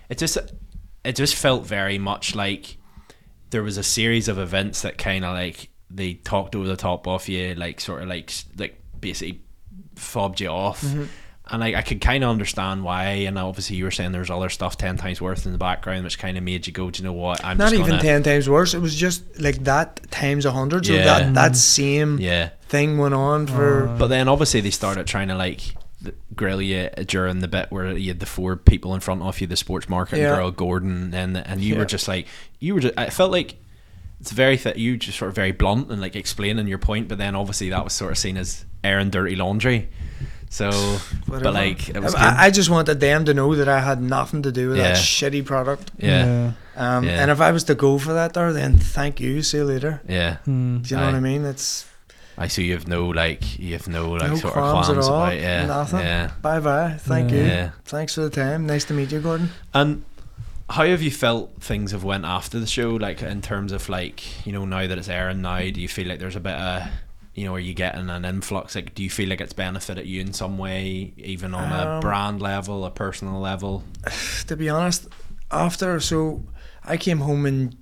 it just, it just felt very much like there was a series of events that kind of like they talked over the top of you, like sort of like s- like basically fobbed you off.
Mm-hmm.
And like I could kind of understand why, and obviously you were saying there's other stuff ten times worse in the background, which kind of made you go, "Do you know what? I'm
not
just
even
gonna,
10 times worse it was just like that times a 100 so
Yeah.
that, that same
yeah."
thing went on for
But then obviously they started trying to like th- grill you during the bit where you had the four people in front of you, the sports market
Yeah.
girl, Gordon, and and you
Yeah.
were just like you were. Just, I felt like it's very th- you just sort of very blunt and like explaining your point, but then obviously that was sort of seen as airing dirty laundry. So,
whatever.
but like it was
I,
good.
I just wanted them to know that I had nothing to do with
Yeah.
that shitty product
yeah,
Um,
Yeah.
And if I was to go for that there, then thank you. See you later.
yeah.
Mm.
Do you know what I
Aye.
mean? It's
I see you have no like you have no like
No
sort
qualms
of
at
qualms
all,
about yeah,
nothing.
yeah,
bye bye. Thank
Yeah.
you.
yeah.
Thanks for the time. Nice to meet you, Gordon.
And how have you felt things have went after the show? Like in terms of like you know now that it's airing now, do you feel like there's a bit of you know are you getting an influx? Like do you feel like it's benefited you in some way, even on
Um,
a brand level, a personal level?
To be honest, after so I came home in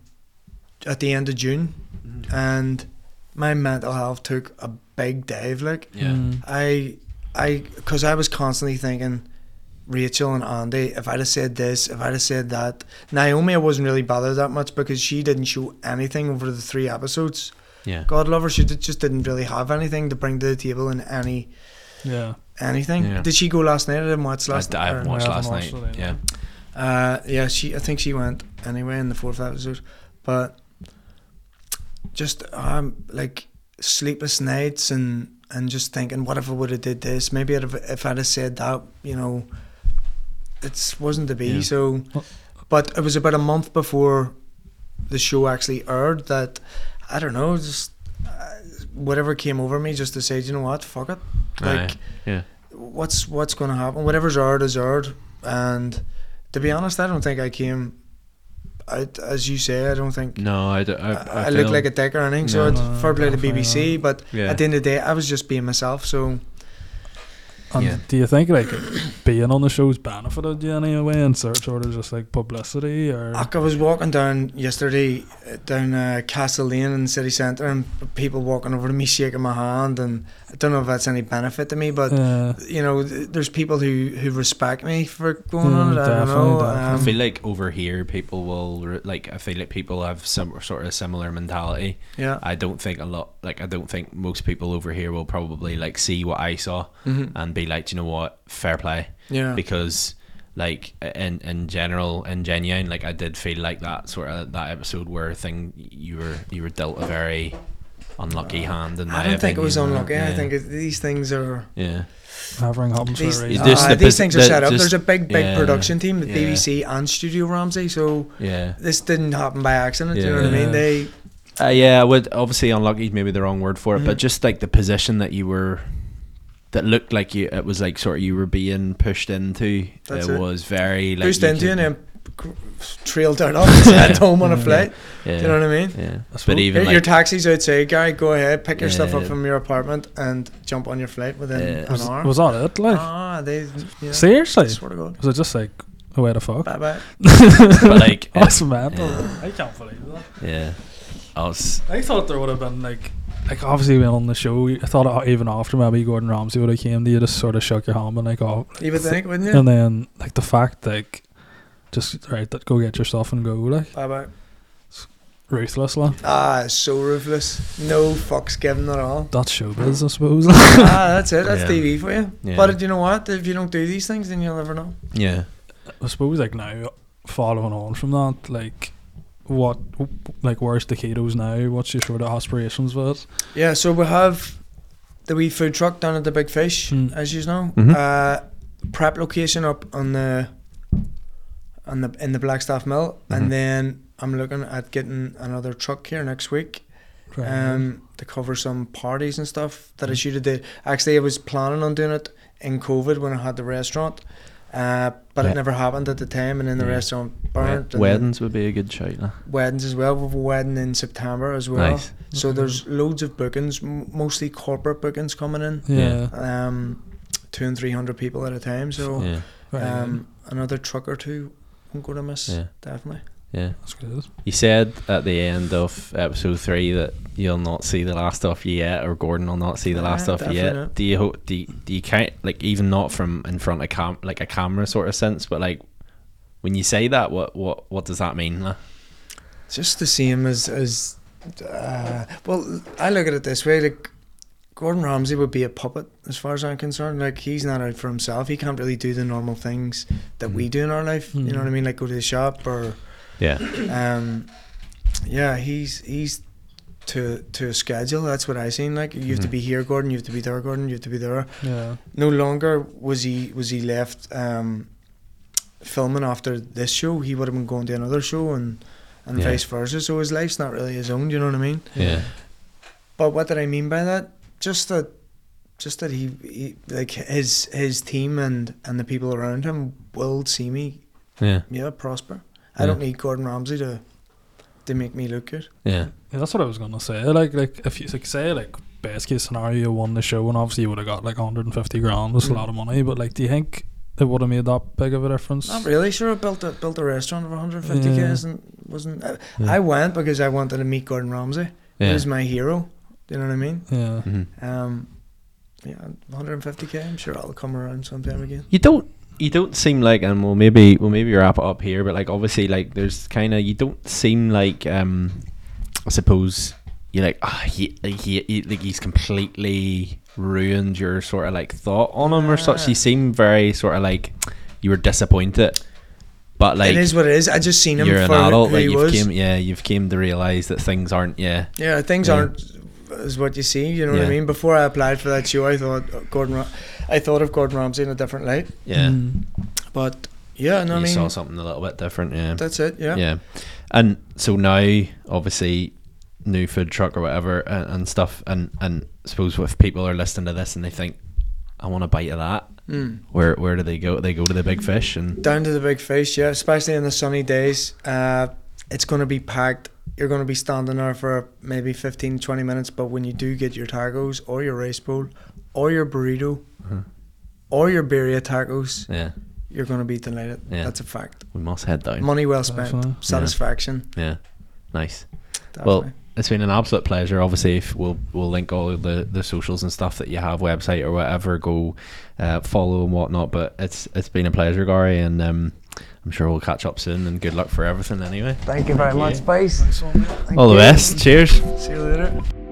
at the end of June, and my mental health took a big dive. Like
Mm.
I, I, because I was constantly thinking, Rachel and Andy, if I'd have said this, if I'd have said that, Naomi, I wasn't really bothered that much because she didn't show anything over the three episodes.
yeah,
God love her, she d- just didn't really have anything to bring to the table in any
Yeah.
anything.
Yeah.
Did she go last night? I didn't watch
I,
last
I haven't
or-
watched
I
last
haven't
night.
watched it
yeah,
either.
Uh, yeah, she. I think she went anyway in the fourth episode, but just um like sleepless nights and and just thinking, what if I would have did this? Maybe I'd have, if I'd have said that, you know, it wasn't to be.
Yeah.
So,
Well-
but it was about a month before the show actually aired that I don't know, just uh, whatever came over me, just to say, "Do you know what, fuck it, like
Aye, yeah.
what's what's going to happen. Whatever's aired is aired. And to be honest, I don't think I came out as you say. I don't think
No, I don't.
I, I, look like a dick or anything. So
No.
it's
No,
fair play to
definitely
BBC, but
Yeah.
at the end of the day, I was just being myself. So
And
Yeah.
do you think like being on the show's benefited you anyway in search order just like publicity or
Like, I was walking down yesterday uh, down uh, Castle Lane in the city centre, and people walking over to me shaking my hand, and I don't know if that's any benefit to me, but
Yeah.
you know, th- there's people who who respect me for going
Mm,
on it. I don't
definitely,
know.
definitely.
I
Um,
feel like over here, people will re- like. I feel like people have some sort of similar mentality.
yeah,
I don't think a lot. Like, I don't think most people over here will probably like see what I saw
Mhm.
and be like, "Do you know what? Fair play.
yeah.
because like in in general in genuine like I did feel like that sort of that episode where thing you were you were dealt a very unlucky hand in my
I don't think it was
opinion,
unlucky.
yeah.
I think it, these things are
yeah
everything happens
these,
for a
Is
reason.
this
uh,
the
these
bus-
things are
the-
set up.
just-
There's a big, big
yeah,
production team, the
yeah.
BBC and Studio Ramsey. So
yeah
this didn't happen by accident. You know
Yeah.
what I mean?
Yeah.
They
uh, yeah I would obviously unlucky is maybe the wrong word for it
Mm-hmm.
but just like the position that you were that looked like you it was like sort of you were being pushed into
That's
it,
it.
was very like
pushed
you
into
could-
and then cr- trailed out up and sent home on a flight.
yeah,
Do you know what I mean?
yeah
suppose-
but even
Your,
like,
your taxi's outside, Gary. Go ahead, pick your stuff up
Yeah.
from your apartment and jump on your flight within
Yeah.
an
was,
hour.
was that it like
Uh,
ah, they. Yeah.
seriously
Swear to God.
was it just like a way to fuck
Bye bye.
but like it-
that's mental
yeah.
I can't believe that
yeah I was
I thought there would have been like, like obviously being on the show. I thought even after maybe Gordon Ramsay would have came to you, just sort of shook your hand and like, oh,
You would think, wouldn't you?
and then like the fact like, just right, that go get your stuff and go like
Bye bye.
ruthless like
Ah, so ruthless. No fucks given at all.
That's showbiz, I suppose.
ah, that's it. That's
Yeah.
TV for you.
Yeah.
But you know what? If you don't do these things, then you'll never know.
yeah
I suppose like now, following on from that, like. What like where's the ketos now? What's your sort of aspirations with it?
Yeah. So we have the wee food truck down at the Big Fish,
Mm.
as you know.
Mhm.
Uh, prep location up on the on the in the Blackstaff Mill,
Mhm.
and then I'm looking at getting another truck here next week.
Right.
um, to cover some parties and stuff that I should have did. Actually, I was planning on doing it in COVID when I had the restaurant, uh, but
Yeah.
it never happened at the time. And then the
Yeah.
restaurant
Wed-
burnt. and
weddings would be a good shout lah.
weddings as well. We have a wedding in September as well.
Nice.
So there's loads of bookings, m- mostly corporate bookings coming in,
yeah,
um, two and three hundred people at a time. So
yeah
right.
um, another truck or two won't go to miss.
yeah
Definitely.
yeah
that's good.
You said at the end of episode three that you'll not see the last of you yet, or Gordon will not see the last
Yeah,
of you
definitely
yet.
not.
Do you hope? Do you, do you count like even not from in front of cam like a camera sort of sense, but like when you say that, what what what does that mean? lah?
just the same as as uh, well i look at it this way like gordon ramsay would be a puppet as far as i'm concerned like he's not out for himself he can't really do the normal things that we do in our life you know what i mean like go to the shop or
Yeah,
um yeah he's he's to to a schedule that's what i seen like you have to
Mhm.
be here gordon you have to be there gordon you have to be there
Yeah,
no longer was he was he left um, filming after this show. He would have been going to another show and and
Yeah.
vice versa. So his life's not really his own. You know what I mean?
yeah,
But what did I mean by that? Just that, just that he, he like his his team and and the people around him will see me
yeah,
yeah prosper.
Yeah.
I don't need Gordon Ramsay to to make me look good.
yeah,
Yeah, that's what I was gonna say. Like, like if you like say like best case scenario, you won the show, and obviously you would have got like 150 grand. That's a
Mm.
lot of money, but like, do you think it would have made that big of a difference?
Not really sure. I built a built a restaurant of 150k
Yeah.
isn't wasn't. I,
Yeah.
I went because I wanted to meet Gordon Ramsay.
yeah.
He was my hero. Do you know what I mean?
Yeah,
Mhm.
Um, yeah, 150k. I'm sure I'll come around sometime again.
You don't. You don't seem like, and we'll maybe we'll maybe wrap it up here. But like, obviously, like there's kind of you don't seem like, um I suppose you're like, ah, he, like, he, he- like he's completely ruined your sort of like thought on him or such.
Yeah.
You seem very sort of like you were disappointed, but like
it is what it is. I just seen him
you're an
for
adult.
who
Like
he
you've
was.
came, yeah, you've came to realize that things aren't. Yeah,
yeah, things
Yeah.
aren't as what you see. You know what I
Yeah.
mean? Before I applied for that show, I thought uh, Gordon, Ra- I thought of Gordon Ramsay in a different light.
yeah.
Mm.
But yeah, no,
you
I mean
saw something a little bit different. Yeah,
that's it. Yeah.
yeah and so now obviously new food truck or whatever and, and stuff and and suppose if people are listening to this and they think i want a bite of that
Mm.
where where do they go they go to the big fish and
Down to the big fish, yeah. Especially in the sunny days, uh, it's going to be packed. You're going to be standing there for maybe 15,
Mm-hmm.
20 minutes. But when you do get your tacos or your rice bowl or your burrito, or your birria tacos,
Yeah,
you're going to be delighted.
Yeah.
That's a fact.
we must head down.
Money well spent,
Definitely.
satisfaction.
Yeah, nice.
Definitely.
Well, it's been an absolute pleasure. Obviously, if we'll we'll link all of the, the socials and stuff that you have, website or whatever, go uh, follow and whatnot. But it's it's been a pleasure, Gary, and um, I'm sure we'll catch up soon. And good luck for everything, anyway.
thank you very much, Spice.
Nice one, mate.
Thank
all the
you.
best. Cheers.
See you later.